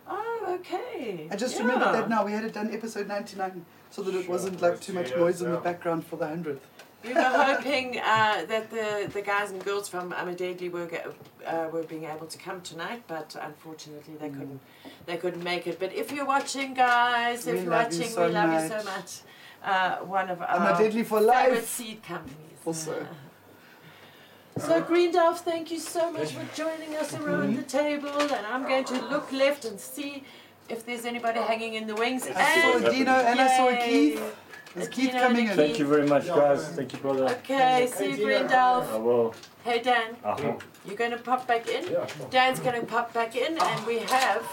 Oh, okay. I just yeah. remembered that now. We had it done episode ninety nine, so that it wasn't like too much noise in the background for the hundredth. We were hoping uh, that the, the guys and girls from Amadegli were ge- uh, were being able to come tonight, but unfortunately Mm. they couldn't they couldn't make it. But if you're watching, guys, if We you're love you watching, so we love you so much. much. Uh, one of our Amadegli for life. favorite seed companies. Also. So Greendorf, thank you so much for joining us around the table, and I'm going to look left and see if there's anybody hanging in the wings. I saw And Dino and I saw Yay. Keith. There's Keith Dino coming in. and Thank you very much, guys. Thank you, brother. Okay, see you, Greendorf. I will. Hey Dan, Uh-huh. you're gonna pop back in. Dan's gonna pop back in, and we have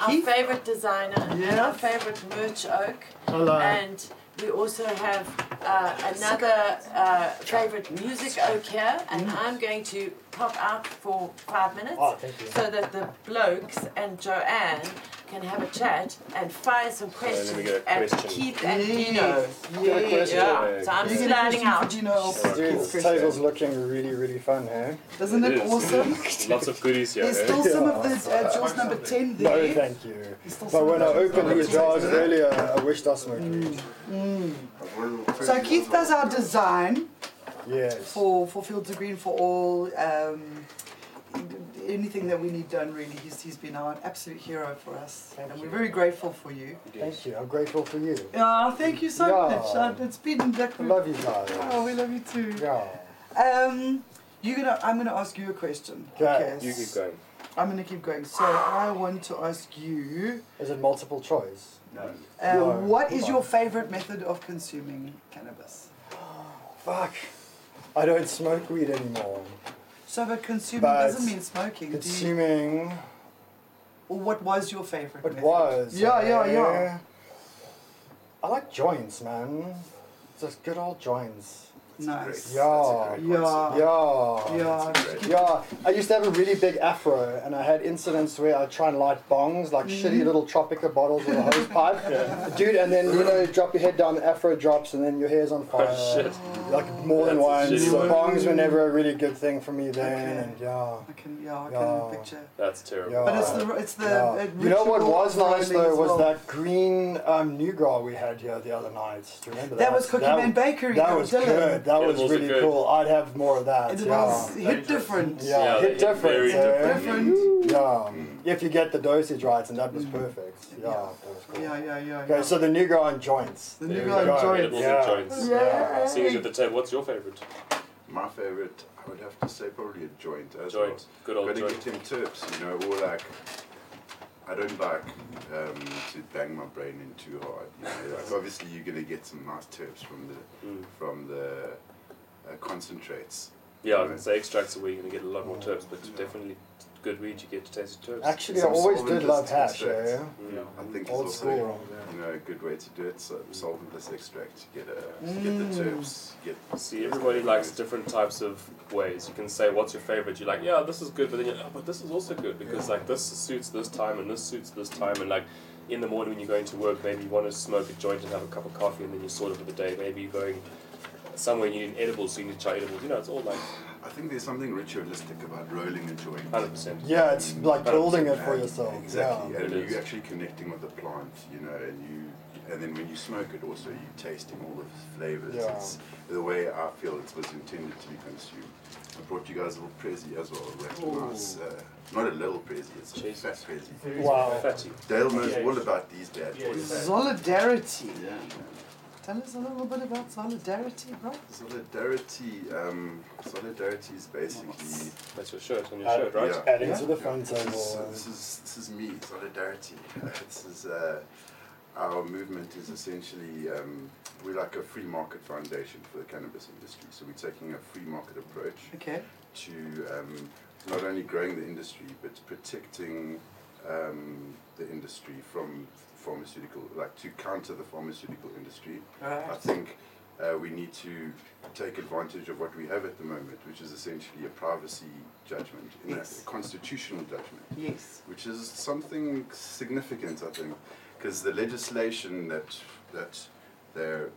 our favorite designer, and our favorite merch oak, Hello. And we also have uh, another uh, favorite music oak here, and Mm. I'm going to pop out for five minutes Oh, thank you. so that the blokes and Joanne can have a chat and fire some then we questions get a at question. Keith and Yes. Dino. We got a question. Yeah. So I'm You get a sliding out. Dude, this table's looking really, really fun, eh? hey? Isn't it It is. awesome? *laughs* Lots of goodies here. There's eh? still some of the uh, Jaws number 10 there. No, thank you. still But when I smoking. opened these jars earlier, I wished I smoked weed. Mm. So Keith does our design Yes. for, for Fields of Green for all, um, anything that we need done really. He's, he's been our absolute hero for us. and we're very grateful for you. Thank you. I'm grateful for you. Ah, thank you so Yeah. much. Uh, it's been like, Love you guys. Oh, we love you too. Yeah. Um, you gonna I'm gonna ask you a question. You keep going. I'm gonna keep going. So I want to ask you. Is it multiple choice? No. Uh, what is your favorite method of consuming cannabis? Fuck. I don't smoke weed anymore. So, but consuming But doesn't mean smoking. Do you, Consuming. or what was your favorite? It method? was. Yeah, yeah, eh? yeah. I like joints, man. Just good old joints. Nice. Yeah. Yeah. Yeah. Yeah. Yeah. I used to have a really big afro, and I had incidents where I'd try and light bongs, like Mm-hmm. shitty little Tropica bottles with a hose *laughs* pipe. Dude, and then, you know, drop your head down, the afro drops, and then your hair's on fire. Oh, shit. Like more than That's a once. shitty one. Bongs were never a really good thing for me then. Okay. And yeah. I can, yeah, I Yeah. can picture. That's terrible. Yeah. But it's the it's the Yeah. uh, you know what ritual was of nice roaming though as was well. that green um, new girl we had here the other night. Do you remember that? That was Cookie Man Bakery, That that was was Dylan. good. That was Edibles are really good. cool. I'd have more of that. It yeah. was hit different. Yeah, Yeah, hit they hit different. very eh? different. Yeah, if you get the dosage right, and that was perfect. Yeah, that was cool. Mm. Yeah, yeah, yeah. Okay, so the new girl and joints. The There new we girl go. and joints. Edibles Yeah. and joints. Yeah. Seeing you at the table, what's your favorite? My favorite, I would have to say probably a joint as Joint. well. Good old Gotta joint. get him terps, you know, or like. I don't like um, to bang my brain in too hard. You know? like obviously, you're gonna get some nice terps from the Hmm. from the uh, concentrates. Yeah, I can say extracts are where you're going to get a lot more terps, but definitely good weed, you get to taste the terps. Actually, I always did love hash. extract. Yeah. Hmm. I think it's Old also school. you know a good way to do it. So solventless extract, you get a Uh, get the terps, get See, everybody likes different types of ways. You can say, "What's your favorite?" You're like, "Yeah, this is good," but then you're like, "Oh, but this is also good because like this suits this time and this suits this time." And like in the morning when you're going to work, maybe you want to smoke a joint and have a cup of coffee, and then you sort of for the day. Maybe you're going somewhere and you need edibles, so you need to try edibles. You know, it's all like I think there's something ritualistic about rolling a joint. hundred percent. Yeah, it's like building it for And- yourself. Exactly, Yeah. and you're actually connecting with the plant, you know, and you, and then when you smoke it, also you're tasting all the flavors. Yeah. It's the way I feel it was intended to be consumed. I brought you guys a little prezi as well, like a nice, uh, not a little prezi, it's a fat prezi. Wow. Fatty. Dale knows Yeah. all about these bad boys. Solidarity. Tell us a little bit about solidarity, bro. Solidarity. Um, solidarity is basically. That's your shirt on your Add- shirt, right? yeah, add into the phone This is, table. this is this is me. Solidarity. *laughs* this is uh, our movement is essentially um, we're like a free market foundation for the cannabis industry. So we're taking a free market approach Okay. to um, not only growing the industry but protecting um, the industry from pharmaceutical, like to counter the pharmaceutical industry. Right. I think uh, we need to take advantage of what we have at the moment, which is essentially a privacy judgment, in Yes. a constitutional judgment Yes. which is something significant, I think, because the legislation that that they're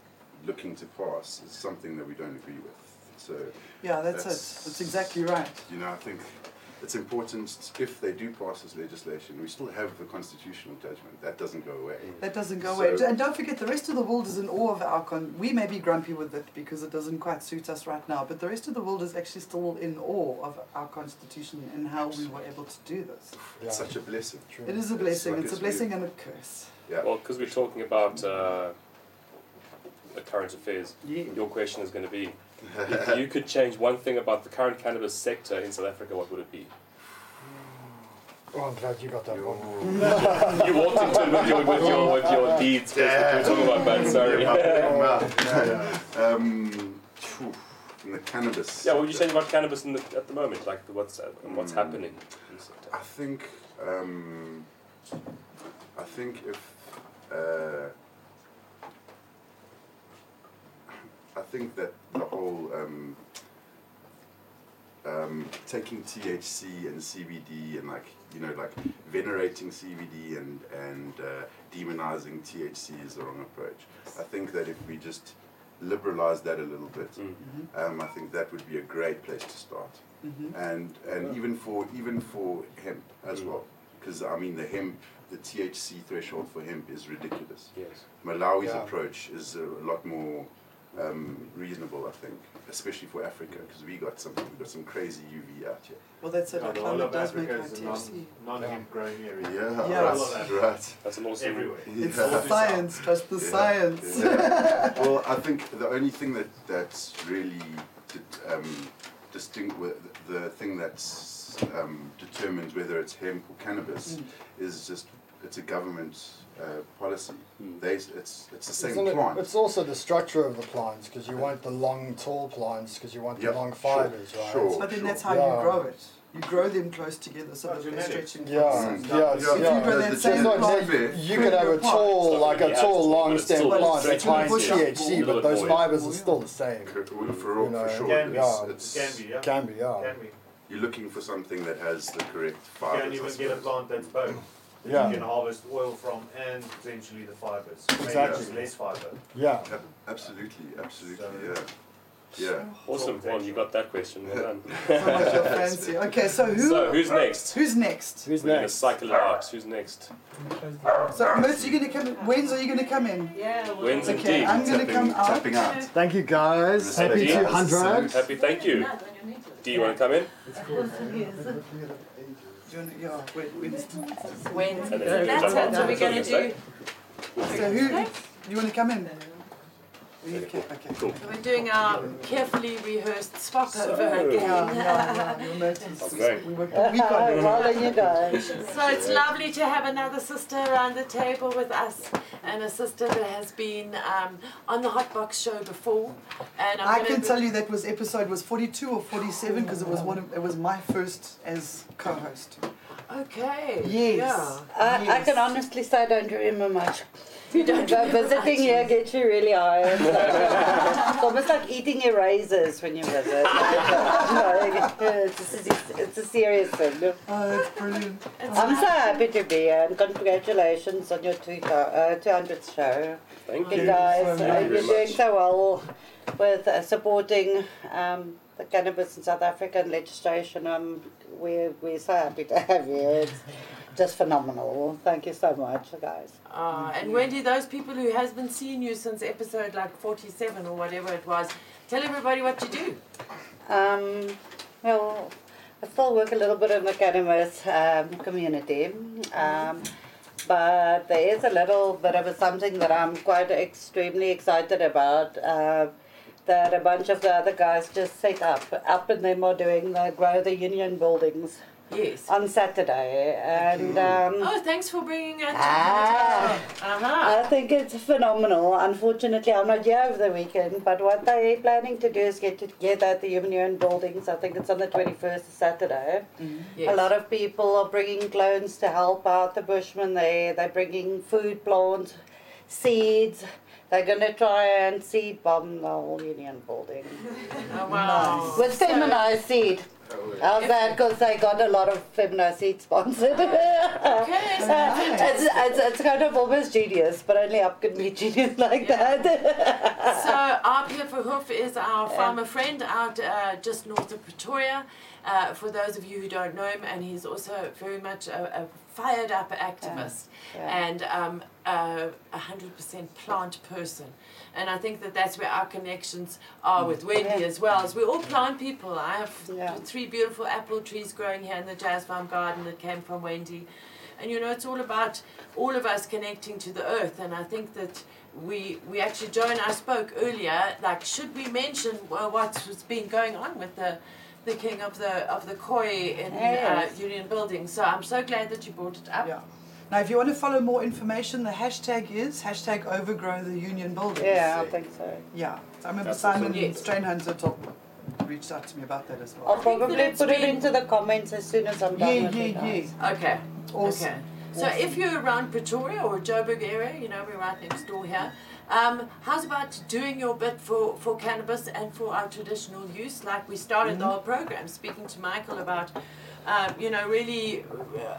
looking to pass is something that we don't agree with. So Yeah, that's, it. That's exactly right. you know, I think it's important if they do pass this legislation, we still have the constitutional judgment. That doesn't go away. That doesn't go So- away. And don't forget, the rest of the world is in awe of our con. We may be grumpy with it because it doesn't quite suit us right now, but the rest of the world is actually still in awe of our constitution and how we were able to do this. It's such a blessing. It is a It's blessing. like It's, a blessing and a curse. Yeah. Well, because we're talking about uh, the current affairs, your question is going to *laughs* be: If you could change one thing about the current cannabis sector in South Africa, what would it be? Oh, I'm glad you got that one. you walked into it with your, with your, with your deeds. That's what we're talking about, man. Sorry. Yeah, Um, phew, in the cannabis. Yeah, what would you sector. say about cannabis in the, at the moment, like the what's and what's happening? Hmm. I think um, I think if uh, I think that the whole um, um, taking THC and CBD and like you know like venerating CBD and and uh, demonizing THC is the wrong approach. I think that if we just liberalize that a little bit, Mm-hmm. um, I think that would be a great place to start. Mhm. And and even for even for hemp as Mm. well, because I mean the hemp the THC threshold for hemp is ridiculous. Yes. Malawi's Yeah. approach is a lot more um, reasonable, I think, especially for Africa, because we got some we got some crazy UV out here. Well, that's it. Yeah, Our the whole climate of does make Africa is THC. a non- non non-hemp growing area. Yeah, yeah. right, right. That's an awesome Everywhere. It's *laughs* Yeah. the science. Trust the science. *laughs* Yeah. well, I think the only thing that that's really di- um, distinct with the thing that's um, determines whether it's hemp or cannabis Mm. is just it's a government uh, policy. Mm. They s- it's it's the same Isn't it- plant. it's also the structure of the plants because you want the long, tall plants because you want the Yep, long sure, fibers, right? sure, But then that's how you Yeah. grow it. You grow them close together so that they're stretching Yeah, yeah, close. yeah. If you grow that same No, plant no, you further could have a apart- tall, like a tall, long stem still plant stretching that's high in push up THC, more. but those Yeah. fibers are still the same. For, for, You know, for sure, Can be. it's, Yeah, it's can be, yeah. Can be, yeah. Can be. You're looking for something that has the correct You fibers. can I even suppose. get a plant that's both. that Yeah. You can harvest oil from and potentially the fibers. Exactly. Maybe it's less fiber. Yeah. Absolutely, absolutely, yeah. Yeah. Awesome, Paul, you got that question. Well done. *laughs* So much your fancy. Okay, so who? *laughs* So who's next? Who's next? We're going to cycle it out. Who's next? So, Merce, you gonna come? In? When's are you gonna come in? Yeah. When's okay, indeed. I'm gonna come out. Thank you guys. Happy Dean? 200. Happy, thank you. Do you want to come in? Yeah, wait, wait. When's And then you can jump on. gonna Sorry, do? So who? You wanna come in? Okay, okay. Cool. We're doing our carefully rehearsed swap So- over again. Yeah, yeah, *laughs* yeah, you'll notice. Okay. We worked all week on it. Well, then *laughs* So it's lovely to have another sister around the table with us, and a sister that has been um, on the Hot Box show before. And I'm I gonna can be- tell you that was episode was 42 or 47 because it was one of, it was my first as co-host. Okay. Yes. I, I can honestly say I don't remember much. You don't but remember visiting much. here gets you really high. It's, like, it's almost like eating erasers when you *laughs* visit. No, it's, a, it's a serious thing. Oh, that's brilliant. I'm so happy to be here and congratulations on your two thou- uh, 200th show. Thank you. you. guys, Thank uh, you very you're doing much. so well with uh, supporting um, the cannabis in South Africa and legislation. Um, we're, we're so happy to have you. It's just phenomenal. Thank you so much, guys. Uh, and Wendy, those people who has been seeing you since episode like 47 or whatever it was, tell everybody what you do. Um, well, I still work a little bit in the cannabis um, community, um, but there is a little bit of a something that I'm quite extremely excited about. Uh, that a bunch of the other guys just set up up and them are doing the grow the union buildings. Yes. On Saturday and. Um, oh, thanks for bringing us. Ah, Uh-huh. I think it's phenomenal. Unfortunately, I'm not here over the weekend, but what they're planning to do is get together at the Union Buildings. I think it's on the 21st, Saturday. A lot of people are bringing clones to help out the bushmen there. They're bringing food plants, seeds. They're going to try and seed bomb the whole Union Building. Oh, *laughs* wow. Nice. With So- feminized seed. How's that? Because they got a lot of feminized seed sponsored. *laughs* it's, it's, it's kind of almost genius, but only up could be genius *laughs* like that. *laughs* so our Pepperhoof is our farmer friend out uh, just north of Pretoria. Uh, for those of you who don't know him, and he's also very much a, a fired up activist Yeah. and um, a a hundred percent plant person. And I think that that's where our connections are with Wendy Yeah. as well. As we're all plant people. I have three beautiful apple trees growing here in the Jazz Farm garden that came from Wendy. And you know, it's all about all of us connecting to the earth. And I think that we we actually Joe and I spoke earlier. Like, should we mention well, what's been going on with the the king of the of the koi in Yes. uh, Union Building? So I'm so glad that you brought it up. Now, if you want to follow more information, the hashtag is hashtag overgrow the union buildings. Yeah, I think so. Yeah, so I remember That's Simon awesome. Yes. Strainhunter talk- reached out to me about that as well. I'll probably put it into the comments as soon as I'm done Yeah, with you yeah, guys. yeah. Okay. Awesome. Okay. So if you're around Pretoria or Joburg area, you know we're right next door here. Um, how's about doing your bit for, for cannabis and for our traditional use? Like we started the Mhm. whole program speaking to Michael about, um, you know, really,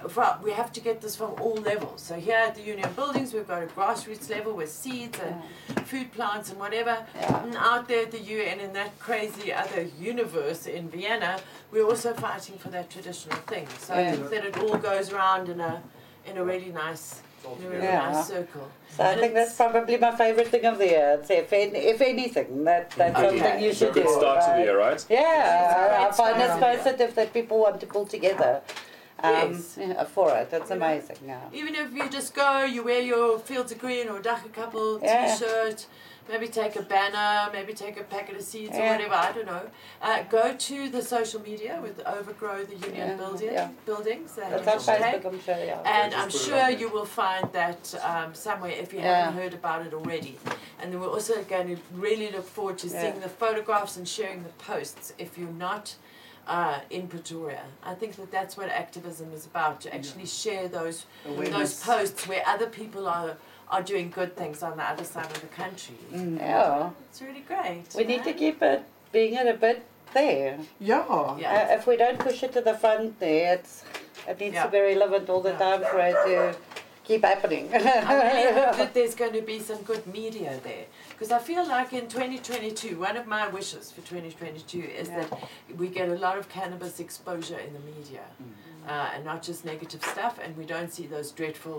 uh, for- we have to get this from all levels. So here at the Union Buildings, we've got a grassroots level with seeds and food plants and whatever. And out there at the UN in that crazy other universe in Vienna, we're also fighting for that traditional thing. So I Yeah. think that it all goes around in a in a really nice in a really Yeah. nice circle. So I think that's probably my favourite thing of the year. I'd say if, any, if anything, that, that's Okay. something you So should good do. start to the year, right? Yeah, I, I It's a great find it's start. positive that people want to pull together um, Yes. yeah, for it. It's amazing. Yeah. Even if you just go, you wear your Fields of Green or Dacha Couple Yeah. t-shirt, maybe take a banner, maybe take a packet of seeds or Yeah. whatever, I don't know. Uh, go to the social media with Overgrow the Union Yeah, building, yeah. Buildings. they have It's on a hashtag. Facebook, I'm sure. Yeah. And I'm sure you will find that um, somewhere if you haven't Yeah. heard about it already. And then we're also going to really look forward to seeing Yeah. the photographs and sharing the posts if you're not uh, in Pretoria. I think that that's what activism is about to actually share those those Awareness. posts where other people are are doing good things on the other side of the country. Mm. Yeah. It's really great. We need to keep it being it a bit there. Yeah. Yeah. Uh, if we don't push it to the front there, it's, it needs to be relevant all the time for it to keep happening. I really hope *laughs* that there's going to be some good media there. Because I feel like in 2022, one of my wishes for 2022 is that we get a lot of cannabis exposure in the media Mm. uh, and not just negative stuff, and we don't see those dreadful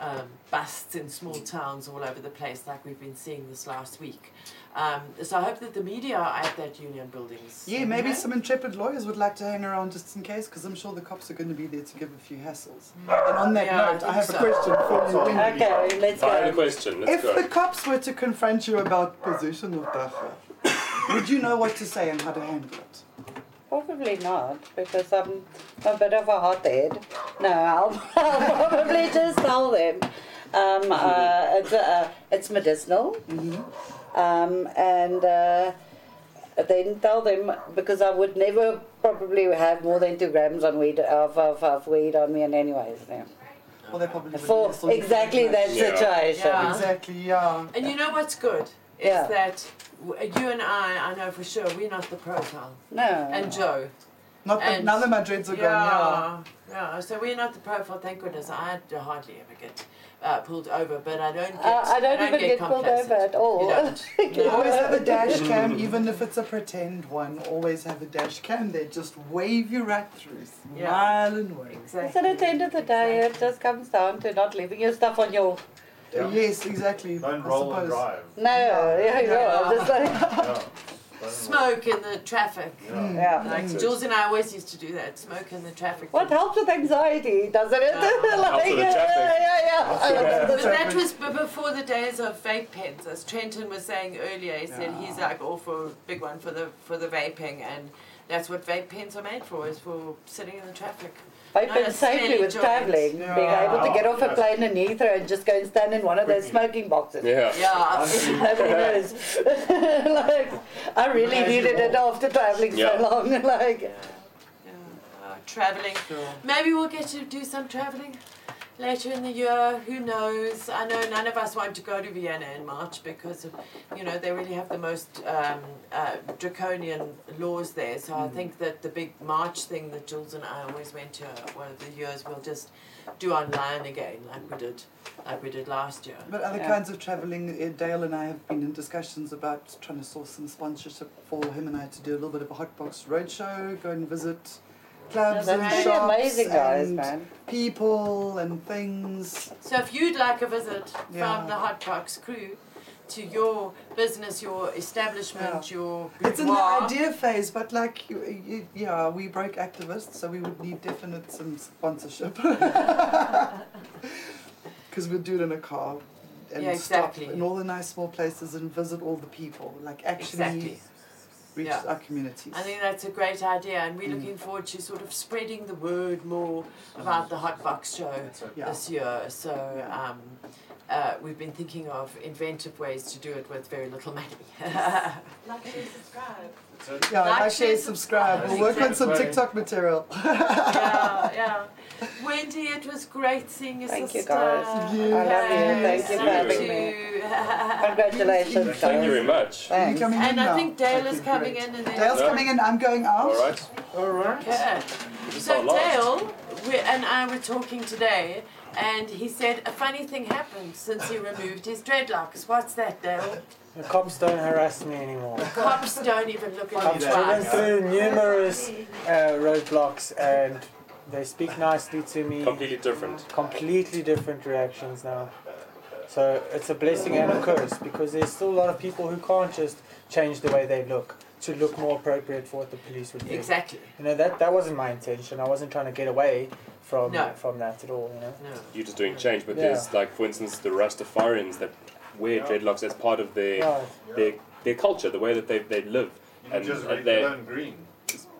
um, busts in small towns all over the place like we've been seeing this last week. Um, so I hope that the media are at that union buildings. Yeah, maybe you know? some intrepid lawyers would like to hang around just in case, because I'm sure the cops are going to be there to give a few hassles. And on that Yeah, I note, I, think have so. a question for you. Wendy. Okay, let's Fire the question. Let's if go. the cops were to confront you about possession of dacha, would you know what to say and how to handle it? Probably not, because I'm a bit of a hothead. No, I'll, *laughs* I'll probably just tell them. Um, uh, it's, uh, it's medicinal, Mm-hmm. um, and uh, then tell them because I would never probably have more than two grams on weed of, of, of weed on me, and anyways, yeah. Well, they probably would For yes, or you exactly could that make- situation. Yeah. Exactly, yeah. And you know what's good is Yeah. that w- you and I, I know for sure, we're not the profile. No. And Joe. Not that And- none of my dreads are gone, yeah. Yeah, so we're not the profile, thank goodness. I d- hardly ever get uh, pulled over, but I don't get. Uh, I don't even get pulled complacent. over at all. You *laughs* don't. yeah. Always have a dash cam, even if it's a pretend one, always have a dash cam there. Just wave you right through, smile Yeah. and wave. So at the end of the day, it just comes down to not leaving your stuff on your. Yes, exactly. Don't roll I and suppose. drive. No, *laughs* yeah, yeah. Yeah. Just like, Smoke in the traffic. Mm. Yeah. Yeah. Like Jules and I always used to do that smoke in the traffic. what helps with anxiety, doesn't it? *laughs* like, Helps with the yeah, traffic. yeah, yeah. But that was b- before the days of vape pens, as Trenton was saying earlier. He said he's like all for a big one for the for the vaping, and that's what vape pens are made for, is for sitting in the traffic. I've No, been that's safely smelly with joints. traveling, being able to get off a plane in Heathrow and just go and stand in one of those smoking boxes. Yeah. *laughs* Yeah. Nobody knows. like, I really needed it after traveling Yeah. so long. *laughs* Like, Uh, traveling. Maybe we'll get to do some traveling later in the year. Who knows? I know none of us want to go to Vienna in March because, of, you know, they really have the most um, uh, draconian laws there. So Hmm. I think that the big March thing that Jules and I always went to uh, one of the years we'll just do online again, like we did, like we did last year. But other kinds of travelling, uh, Dale and I have been in discussions about trying to source some sponsorship for him and I to do a little bit of a hot box roadshow, go and visit clubs That's and pretty shops amazing, guys, and man. people and things. So if you'd like a visit Yeah. from the Hot Box crew to your business, your establishment, your Oh. It's in the boudoir, idea phase, but like, you, you, yeah, we broke activists, so we would need definite some sponsorship. *laughs* Because we'd do it in a car and Yeah, exactly. stop in all the nice small places and visit all the people. Like, actually Exactly. reach Yeah. our communities. I think that's a great idea, and Mm. we're looking forward to sort of spreading the word more about the Hot Box show this year. So um, uh, we've been thinking of inventive ways to do it with very little money. *laughs* Like, share, subscribe. Yeah, Like, like, share, share, subscribe. We'll work on some Exactly. TikTok material. yeah, yeah. Wendy, it was great seeing you, Thank you, sister. guys. Yeah. I love you. Thank you for having *laughs* me. Congratulations, Thank you very much. Thanks. coming in and I now? think Dale is coming in and then Dale's coming in. I'm going out. All right. All right. Okay. So Dale we, and I were talking today, and he said a funny thing happened since he removed his dreadlocks. What's that, Dale? The cops don't harass me anymore. Cops don't even look at I've you driven twice. through numerous uh, roadblocks and they speak nicely to me. Completely different. Completely different reactions now. So it's a blessing and a curse because there's still a lot of people who can't just change the way they look to look more appropriate for what the police would do. Exactly. You know that that wasn't my intention. I wasn't trying to get away from No. from that at all. You know. You're just doing change, but Yeah. there's like, for instance, the Rastafarians that wear dreadlocks as part of their Right. their their culture, the way that they they live, You can just red, they- yellow, and green.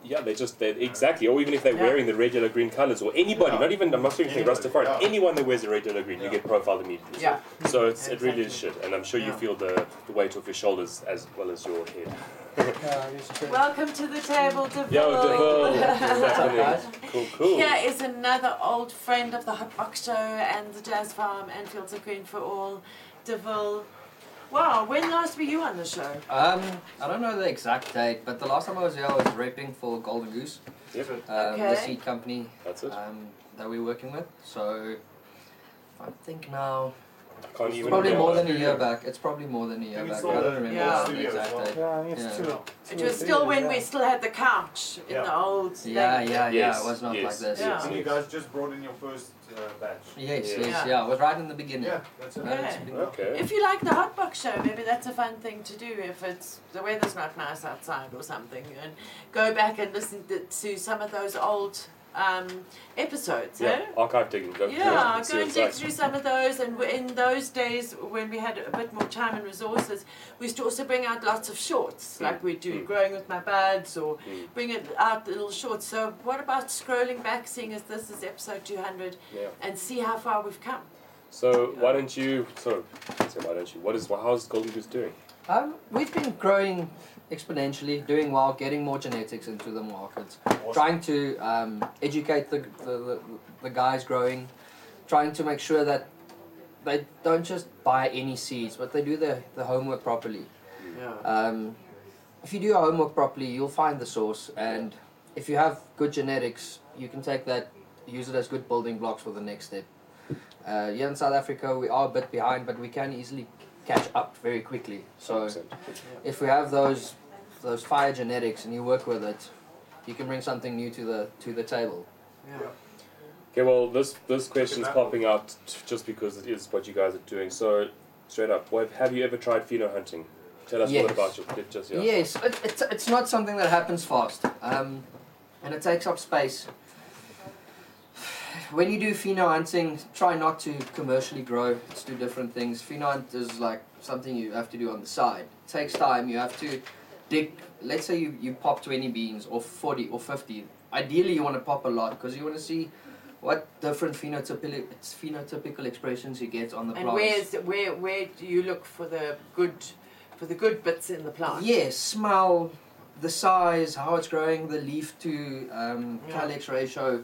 Yeah, they just they exactly, or even if they're Yeah. wearing the red, yellow, green colours, or anybody, Yeah. not even I'm not even saying Anybody, Rastafarian, yeah. anyone that wears the red, yellow, green, you get profiled immediately. Yeah. So it's it really is shit, and I'm sure you feel the, the weight off your shoulders as well as your head. *laughs* Welcome to the table, Deville. *laughs* Yo, Deville, what's happening? Cool, cool. Here is another old friend of the Hot Box Show and the Jazz Farm and Fields of Green for All, Deville. Wow, when last were you on the show? Um, I don't know the exact date, but the last time I was here, I was repping for Golden Goose, yep. um, Okay. the seed company That's it. Um, that we're working with. So I think now. I can't it's even probably more than a remember. year back. It's probably more than a year we back. saw I the- don't remember yeah. the studio exact as well. date. Yeah, it's two- It was still when we still had the couch in the old. Yeah, thing. yeah, yeah. It was not like this. And you guys just brought in your first uh, batch. Yes, yes, yeah. It was right in the beginning. Yeah, that's it. Right at the beginning. If you like the hot box show, maybe that's a fun thing to do if it's the weather's not nice outside or something, and go back and listen to, to some of those old um, episodes. eh? Yeah, archive digging. Go, Yeah, see go and what's dig like. through some of those. And w- in those days, when we had a bit more time and resources, we used to also bring out lots of Mm. shorts, like we do growing with my buds, or bring it out little shorts. So, what about scrolling back, seeing as this is episode two hundred, Yeah. and see how far we've come? So why don't you? So, so why don't you? What is how's Golden Goose doing? Um, we've been growing exponentially, doing well, getting more genetics into the market, trying to um, educate the, the, the, the guys growing, trying to make sure that they don't just buy any seeds, but they do their, the homework properly. Um, if you do your homework properly, you'll find the source, and if you have good genetics, you can take that, use it as good building blocks for the next step. Uh, here in South Africa, we are a bit behind, but we can easily catch up very quickly. So, if we have those those fire genetics and you work with it, you can bring something new to the to the table. Okay, well, this this question's popping out t- just because it is what you guys are doing. So, straight up, what, have you ever tried pheno hunting? Tell us all Yes. about your just yeah. Yes, it, it's, it's not something that happens fast, um, and it takes up space. *sighs* When you do pheno hunting, try not to commercially grow. It's two different things. Pheno hunt is like something you have to do on the side. It takes time. You have to dig. Let's say you, you pop 20 beans or 40 or 50. Ideally, you want to pop a lot because you want to see what different phenotypical, phenotypical expressions you get on the And plants. where's where where do you look for the good for the good bits in the plant? Yeah, smell, the size, how it's growing, the leaf to um, calyx ratio.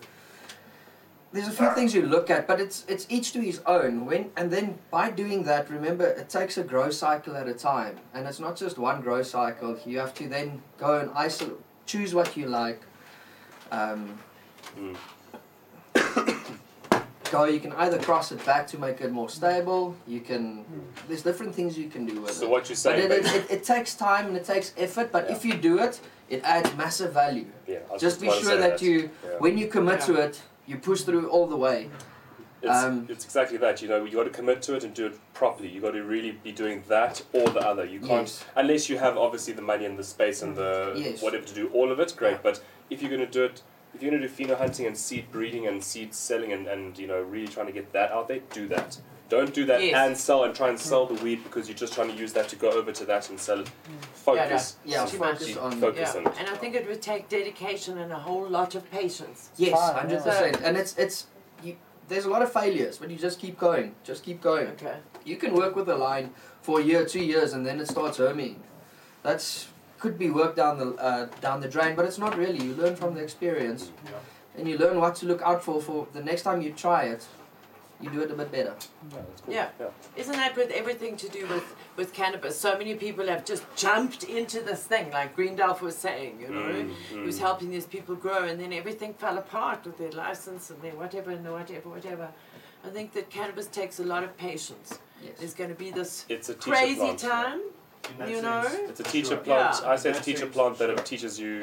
There's a few things you look at, but it's it's each to his own. When and then by doing that, remember it takes a grow cycle at a time, and it's not just one grow cycle. You have to then go and isolate, choose what you like. Um, Mm. *coughs* Go. You can either cross it back to make it more stable. You can. There's different things you can do with it. So what you're But saying? it, it, basically- it, it takes time and it takes effort, but if you do it, it adds massive value. yeah, I was Just be about to sure say that you, Yeah. when you commit to it, you push through all the way. Um, It's, it's exactly that. You know, you got to commit to it and do it properly. You got to really be doing that or the other. You can't Yes. Mm. unless you have obviously the money and the space and the Yes. whatever to do all of it. Great, but if you're going to do it, if you're going to do pheno hunting and seed breeding and seed selling and, and you know really trying to get that out there, do that. Don't do that Yes. Mm. and sell and try and sell the weed because you're just trying to use that to go over to that and sell it. Focus. Mm. Yeah, yeah. Yeah, focus on- focus yeah. on it. And I think it would take dedication and a whole lot of patience. Yes, hundred percent. And it's it's you, there's a lot of failures, but you just keep going. Just keep going. Okay. You can work with a line for a year, two years, and then it starts herming. That's could be work down the uh, down the drain, but it's not really. You learn from the experience. and you learn what to look out for for the next time you try it, you do it a bit better. Yeah. Isn't that with everything to do with, with cannabis? So many people have just jumped into this thing, like Greendalf was saying, you know, Mm, he Mm-hmm. was mm. helping these people grow, and then everything fell apart with their license and their whatever and their whatever, whatever. I think that cannabis takes a lot of patience. There's going to be this It's a teacher crazy plant. time, that you sense, know? It's a teacher plant. Yeah. I say it's a teacher plant that it teaches you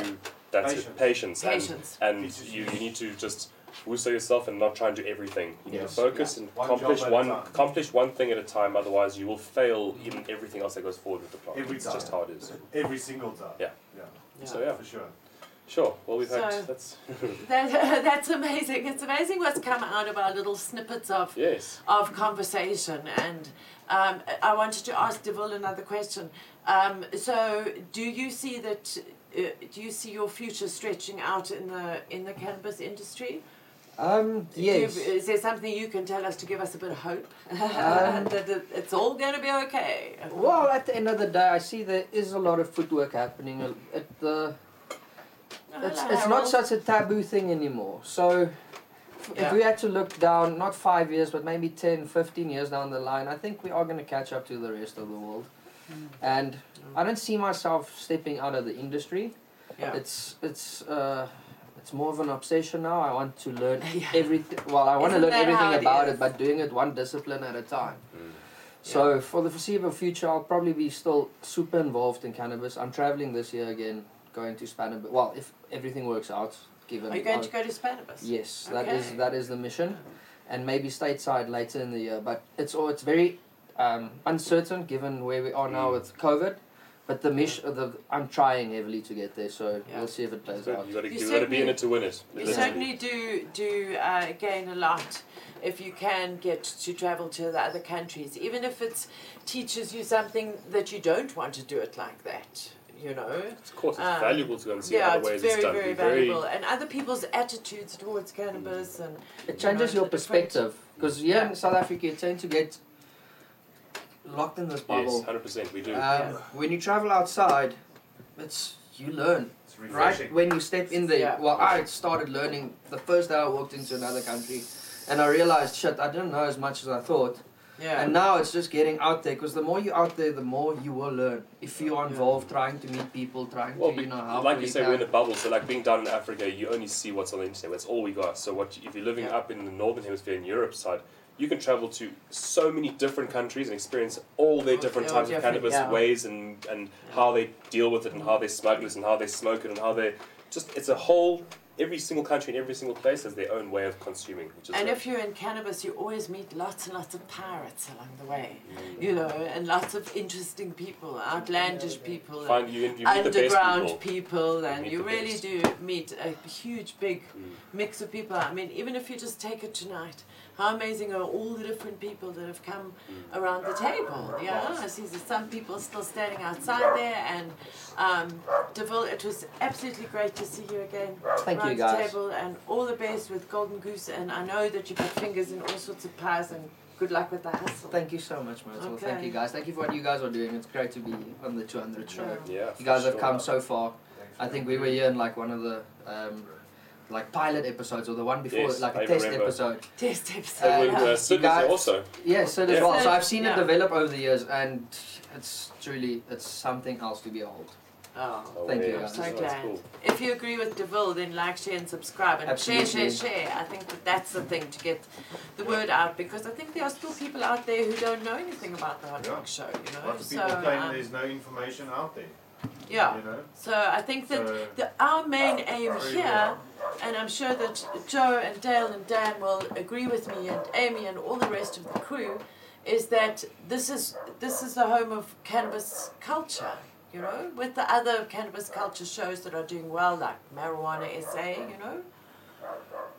that's it, patience. Patience. And, and you, you need to just wusso yourself and not try and do everything. You need to Yes. focus and One job accomplish at a one time. accomplish one thing at a time. Otherwise, you will fail in everything else that goes forward with the plant. Every it's time. just how it is. Every single time. Yeah. Yeah. So yeah, for sure. Sure. Well, we've So- had that's *laughs* That, *laughs* that's amazing. It's amazing what's come out of our little snippets of yes. of conversation. And um, I wanted to ask Deville another question. Um, so, do you see that? Uh, do you see your future stretching out in the in the cannabis industry? Um, Do you- yes. is there something you can tell us to give us a bit of hope *laughs* Um, that it- it's all going to be okay? Well, at the end of the day, I see there is a lot of footwork happening. uh, At the, Uh-huh. it's, it's not such a taboo thing anymore. So if Yeah. we had to look down, not five years, but maybe 10, 15 years down the line, I think we are going to catch up to the rest of the world. Mm. And I don't see myself stepping out of the industry. Yeah. It's, it's, uh, it's more of an obsession now. I want to *laughs* learn everything. Well, I want to Isn't learn that how everything it about is? Mm. it, but doing it one discipline at a time. So for the foreseeable future, I'll probably be still super involved in cannabis. I'm traveling this year again, going to Spanibus. Well, if everything works out, given. Are you going our- to go to Spanibus? Yes, that is Okay. that is the mission, and maybe stateside later in the year. But it's all it's very um, uncertain given where we are Mm. now with COVID. But the mission, the I'm trying heavily to get there, so we'll see if it plays So out. you gotta- You you gotta be in certainly- it to win it. You certainly do do uh, gain a lot if you can get to travel to the other countries, even if it teaches you something that you don't want to do it like that. You know, of course, it's valuable to go and see yeah, other it's ways very, it's done. Very, Be very- Mm. valuable, and other people's attitudes towards cannabis and It changes your perspective because here in South Africa you tend to get locked in this bubble. Yes, hundred percent. We do. Um, When you travel outside, it's you learn. Right refreshing. when you step in there, well, I started learning the first day I walked into another country, and I realized shit, I didn't know as much as I thought. Yeah. And now it's just getting out there because the more you're out there, the more you will learn. If you are involved, trying to meet people, trying to you know how like you say, we're in a bubble. So, like being down in Africa, you only see what's on the internet. That's all we got. So, what if you're living up in the northern hemisphere in Europe side, you can travel to so many different countries and experience all their different all types of different, cannabis yeah. ways and and how they deal with it and how they smuggle it and how they smoke it and how they just it's a whole. Every single country and every single place has their own way of consuming, which is And great. if you're in cannabis, you always meet lots and lots of pirates along the way, Mm. you know, and lots of interesting people, outlandish people, Find and you- you meet the best underground people. and meet you the really best. Mm. do meet a huge, big mix of people. I mean, even if you just take it tonight, how amazing are all the different people that have come Mm. around the table? Yeah, I see that some people still standing outside there, and um, Deville, it was absolutely great to see you again. Thank you, around the guys. table, and all the best with Golden Goose. And I know that you put fingers in all sorts of pies, and good luck with the hustle. Thank you so much, Myrtle. Thank Okay. you guys. Thank you for what you guys are doing. It's great to be on the 200 show. Yeah, you guys for have come sure. so far. I think we were here in like one of the um, like pilot episodes or the one before, Yes, like a I test remember. episode. Test episode. Uh, And when, uh, Sid you was there guys- also. Yeah, Sid as Yeah. well. So Sid, I've seen yeah. it develop over the years, and it's truly it's something else to behold. Oh, thank you. yeah. I'm Guys. so glad. If you agree with Deville, then like, share, and subscribe, and share, Absolutely. share, share. I think that that's the thing to get the word out because I think there are still people out there who don't know anything about the Hot Rock Show. You know, Lots of so people claim um, there's no information out there. Yeah. You know? So I think that So- uh, the, our main aim Very here, and I'm sure that Joe and Dale and Dan will agree with me, and Amy and all the rest of the crew, is that this is this is the home of cannabis culture. You know, with the other cannabis culture shows that are doing well, like Marijuana SA.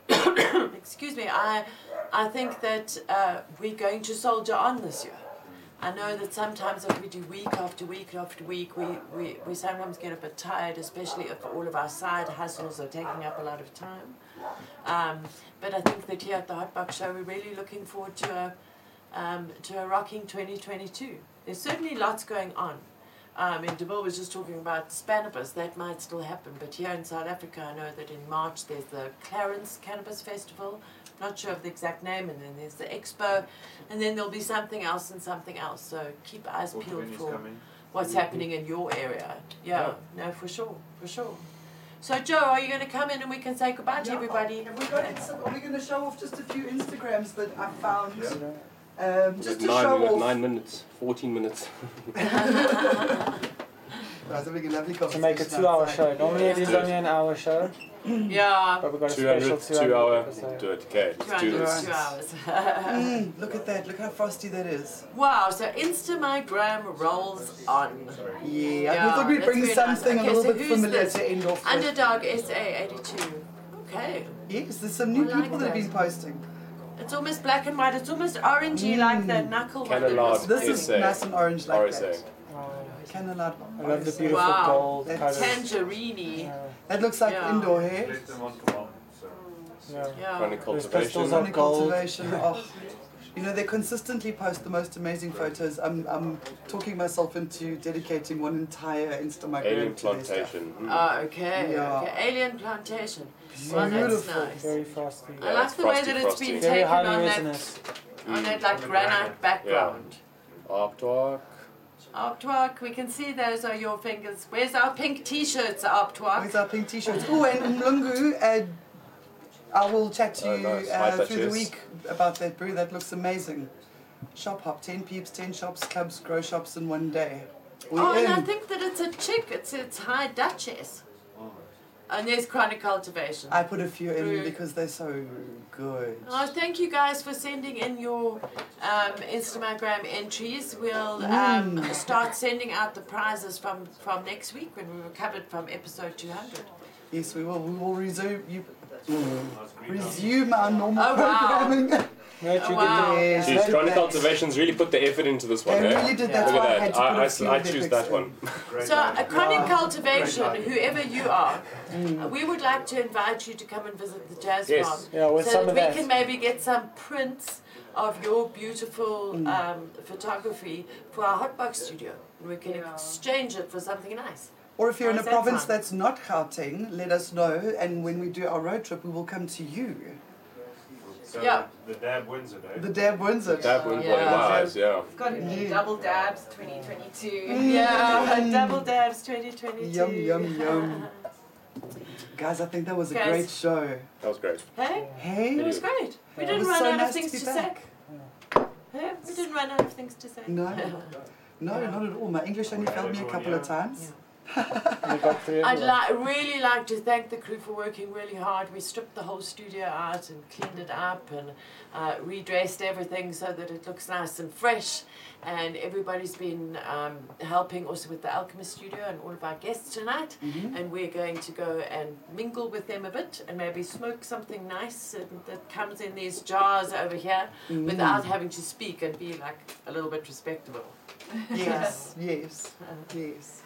You know, *coughs* excuse me, I, I think that uh, we're going to soldier on this year. I know that sometimes if we do week after week after week, we, we, we sometimes get a bit tired, especially if all of our side hustles are taking up a lot of time. Um, but I think that here at the Hot Box Show, we're really looking forward to a, um, to a rocking 2022. There's certainly lots going on. Um, and Debole was just talking about Spanibus, that might still happen, but here in South Africa, I know that in March there's the Clarence Cannabis Festival, not sure of the exact name, and then there's the expo, and then there'll be something else and something else, so keep eyes Autumn peeled is for coming. what's happening in your area. Yeah, no, for sure, for sure. So, Joe, are you going to come in and we can say goodbye to everybody? Have we got Insta- are we going to show off just a few Instagrams that I found? Um, We've just to got nine, show we've got off. nine minutes, 14 minutes. *laughs* I was having a lovely To make a two hour show. Normally it is only an hour show. Yeah. But we've got a 200, special two two hour. hour. Do it, okay. Let's do this. two hours. Mm, look at that. Look how frosty that is. Wow, so Instamigram rolls on. Yeah, we thought we'd that's bring very something a Okay, little so bit who's familiar this? to end off with. Underdog SA 82. Okay. Yes, there's some new I like people that have that. been posting. Hmm. It's almost black and white. It's almost orangey like the knuckle one. that was- This is nice and orange like RSA. that. Cannellard. I love the RSA. beautiful Wow. gold That's- Tangerine. That looks like Yeah. indoor hair. Yeah. Chronic Those cultivation. pistols are Chronic gold. cultivation. Oh, you know they consistently post the most amazing photos. I'm I'm talking myself into dedicating one entire Instagram Alien to their stuff. plantation. Mm. Ah, okay. Yeah. okay. Alien plantation. Well, that's Beautiful. nice. Very frosty. I like the way that it's been Very taken highly on resinous. that, on that like granite background. Artwork. Optwork, we can see those are your fingers. Where's our pink t-shirts, Optwork? Where's our pink t-shirts? Oh, and Mlungu, uh, I will chat to Oh, you nice. Hi, uh, through the Duchess. week about that brew. That looks amazing. Shop hop, 10 peeps, 10 shops, clubs, grow shops in one day. We oh, in. and I think that it's a chick. It's it's High Duchess. And there's chronic cultivation. I put a few in Brew. because they're so good. Oh, thank you guys for sending in your um, Instagram entries. We'll um, Mm. start sending out the prizes from, from next week when we recover from episode 200. Yes, we will. We will resume you. Mm. Resume our normal Oh, wow. programming. *laughs* Oh, did wow. it. Yes, Jeez, no blacks. Chronic Cultivations really put the effort into this one. They eh? really did, that's Look why I at had that. to put I, a I s- few I of their choose picks that one. So, a chronic Wow. cultivation, Great whoever you are, Mm. we would like to invite you to come and visit the jazz Yes. farm, Yeah, with so some that of we that. can maybe get some prints of your beautiful Mm. um, photography for our hotbox studio. We can exchange it for something nice. Or if you're in a How's that province sound? that's not Gauteng, let us know, and when we do our road trip, we will come to you. So Yeah. The dab wins it, eh? The dab wins it. That one Yeah. lives, yeah. It's got to be double dabs 2022. Mm. Yeah, double dabs 2022. Yum, yum, yum. Guys, I think that was a Guys. great show. That was great. Hey? Hey? It was great. We It didn't was run so out of nice to things be to say. back. Hey? We didn't run out of things to say. *laughs* No. No, not at all. My English only failed me a couple of times. *laughs* I'd li- really like to thank the crew for working really hard. We stripped the whole studio out and cleaned it up and uh, redressed everything so that it looks nice and fresh. And everybody's been um, helping also with the Alchemist Studio and all of our guests tonight. And we're going to go and mingle with them a bit and maybe smoke something nice and that comes in these jars over here Mm. without having to speak and be like a little bit respectable. Yes, *laughs* yes, yes.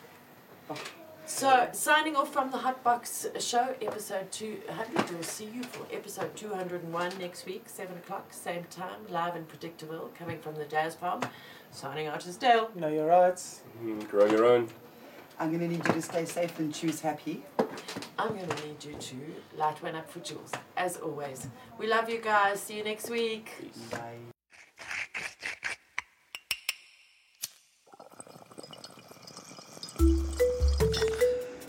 So, signing off from the Hot Box Show, episode 200. We'll see you for episode 201 next week, 7 o'clock, same time, live and predictable, coming from the Jazz Farm. Signing out is Dale. No, you're right. Mm, Grow your own. I'm going to need you to stay safe and choose happy. I'm going to need you to light one up for Jules, as always. We love you guys. See you next week. Bye.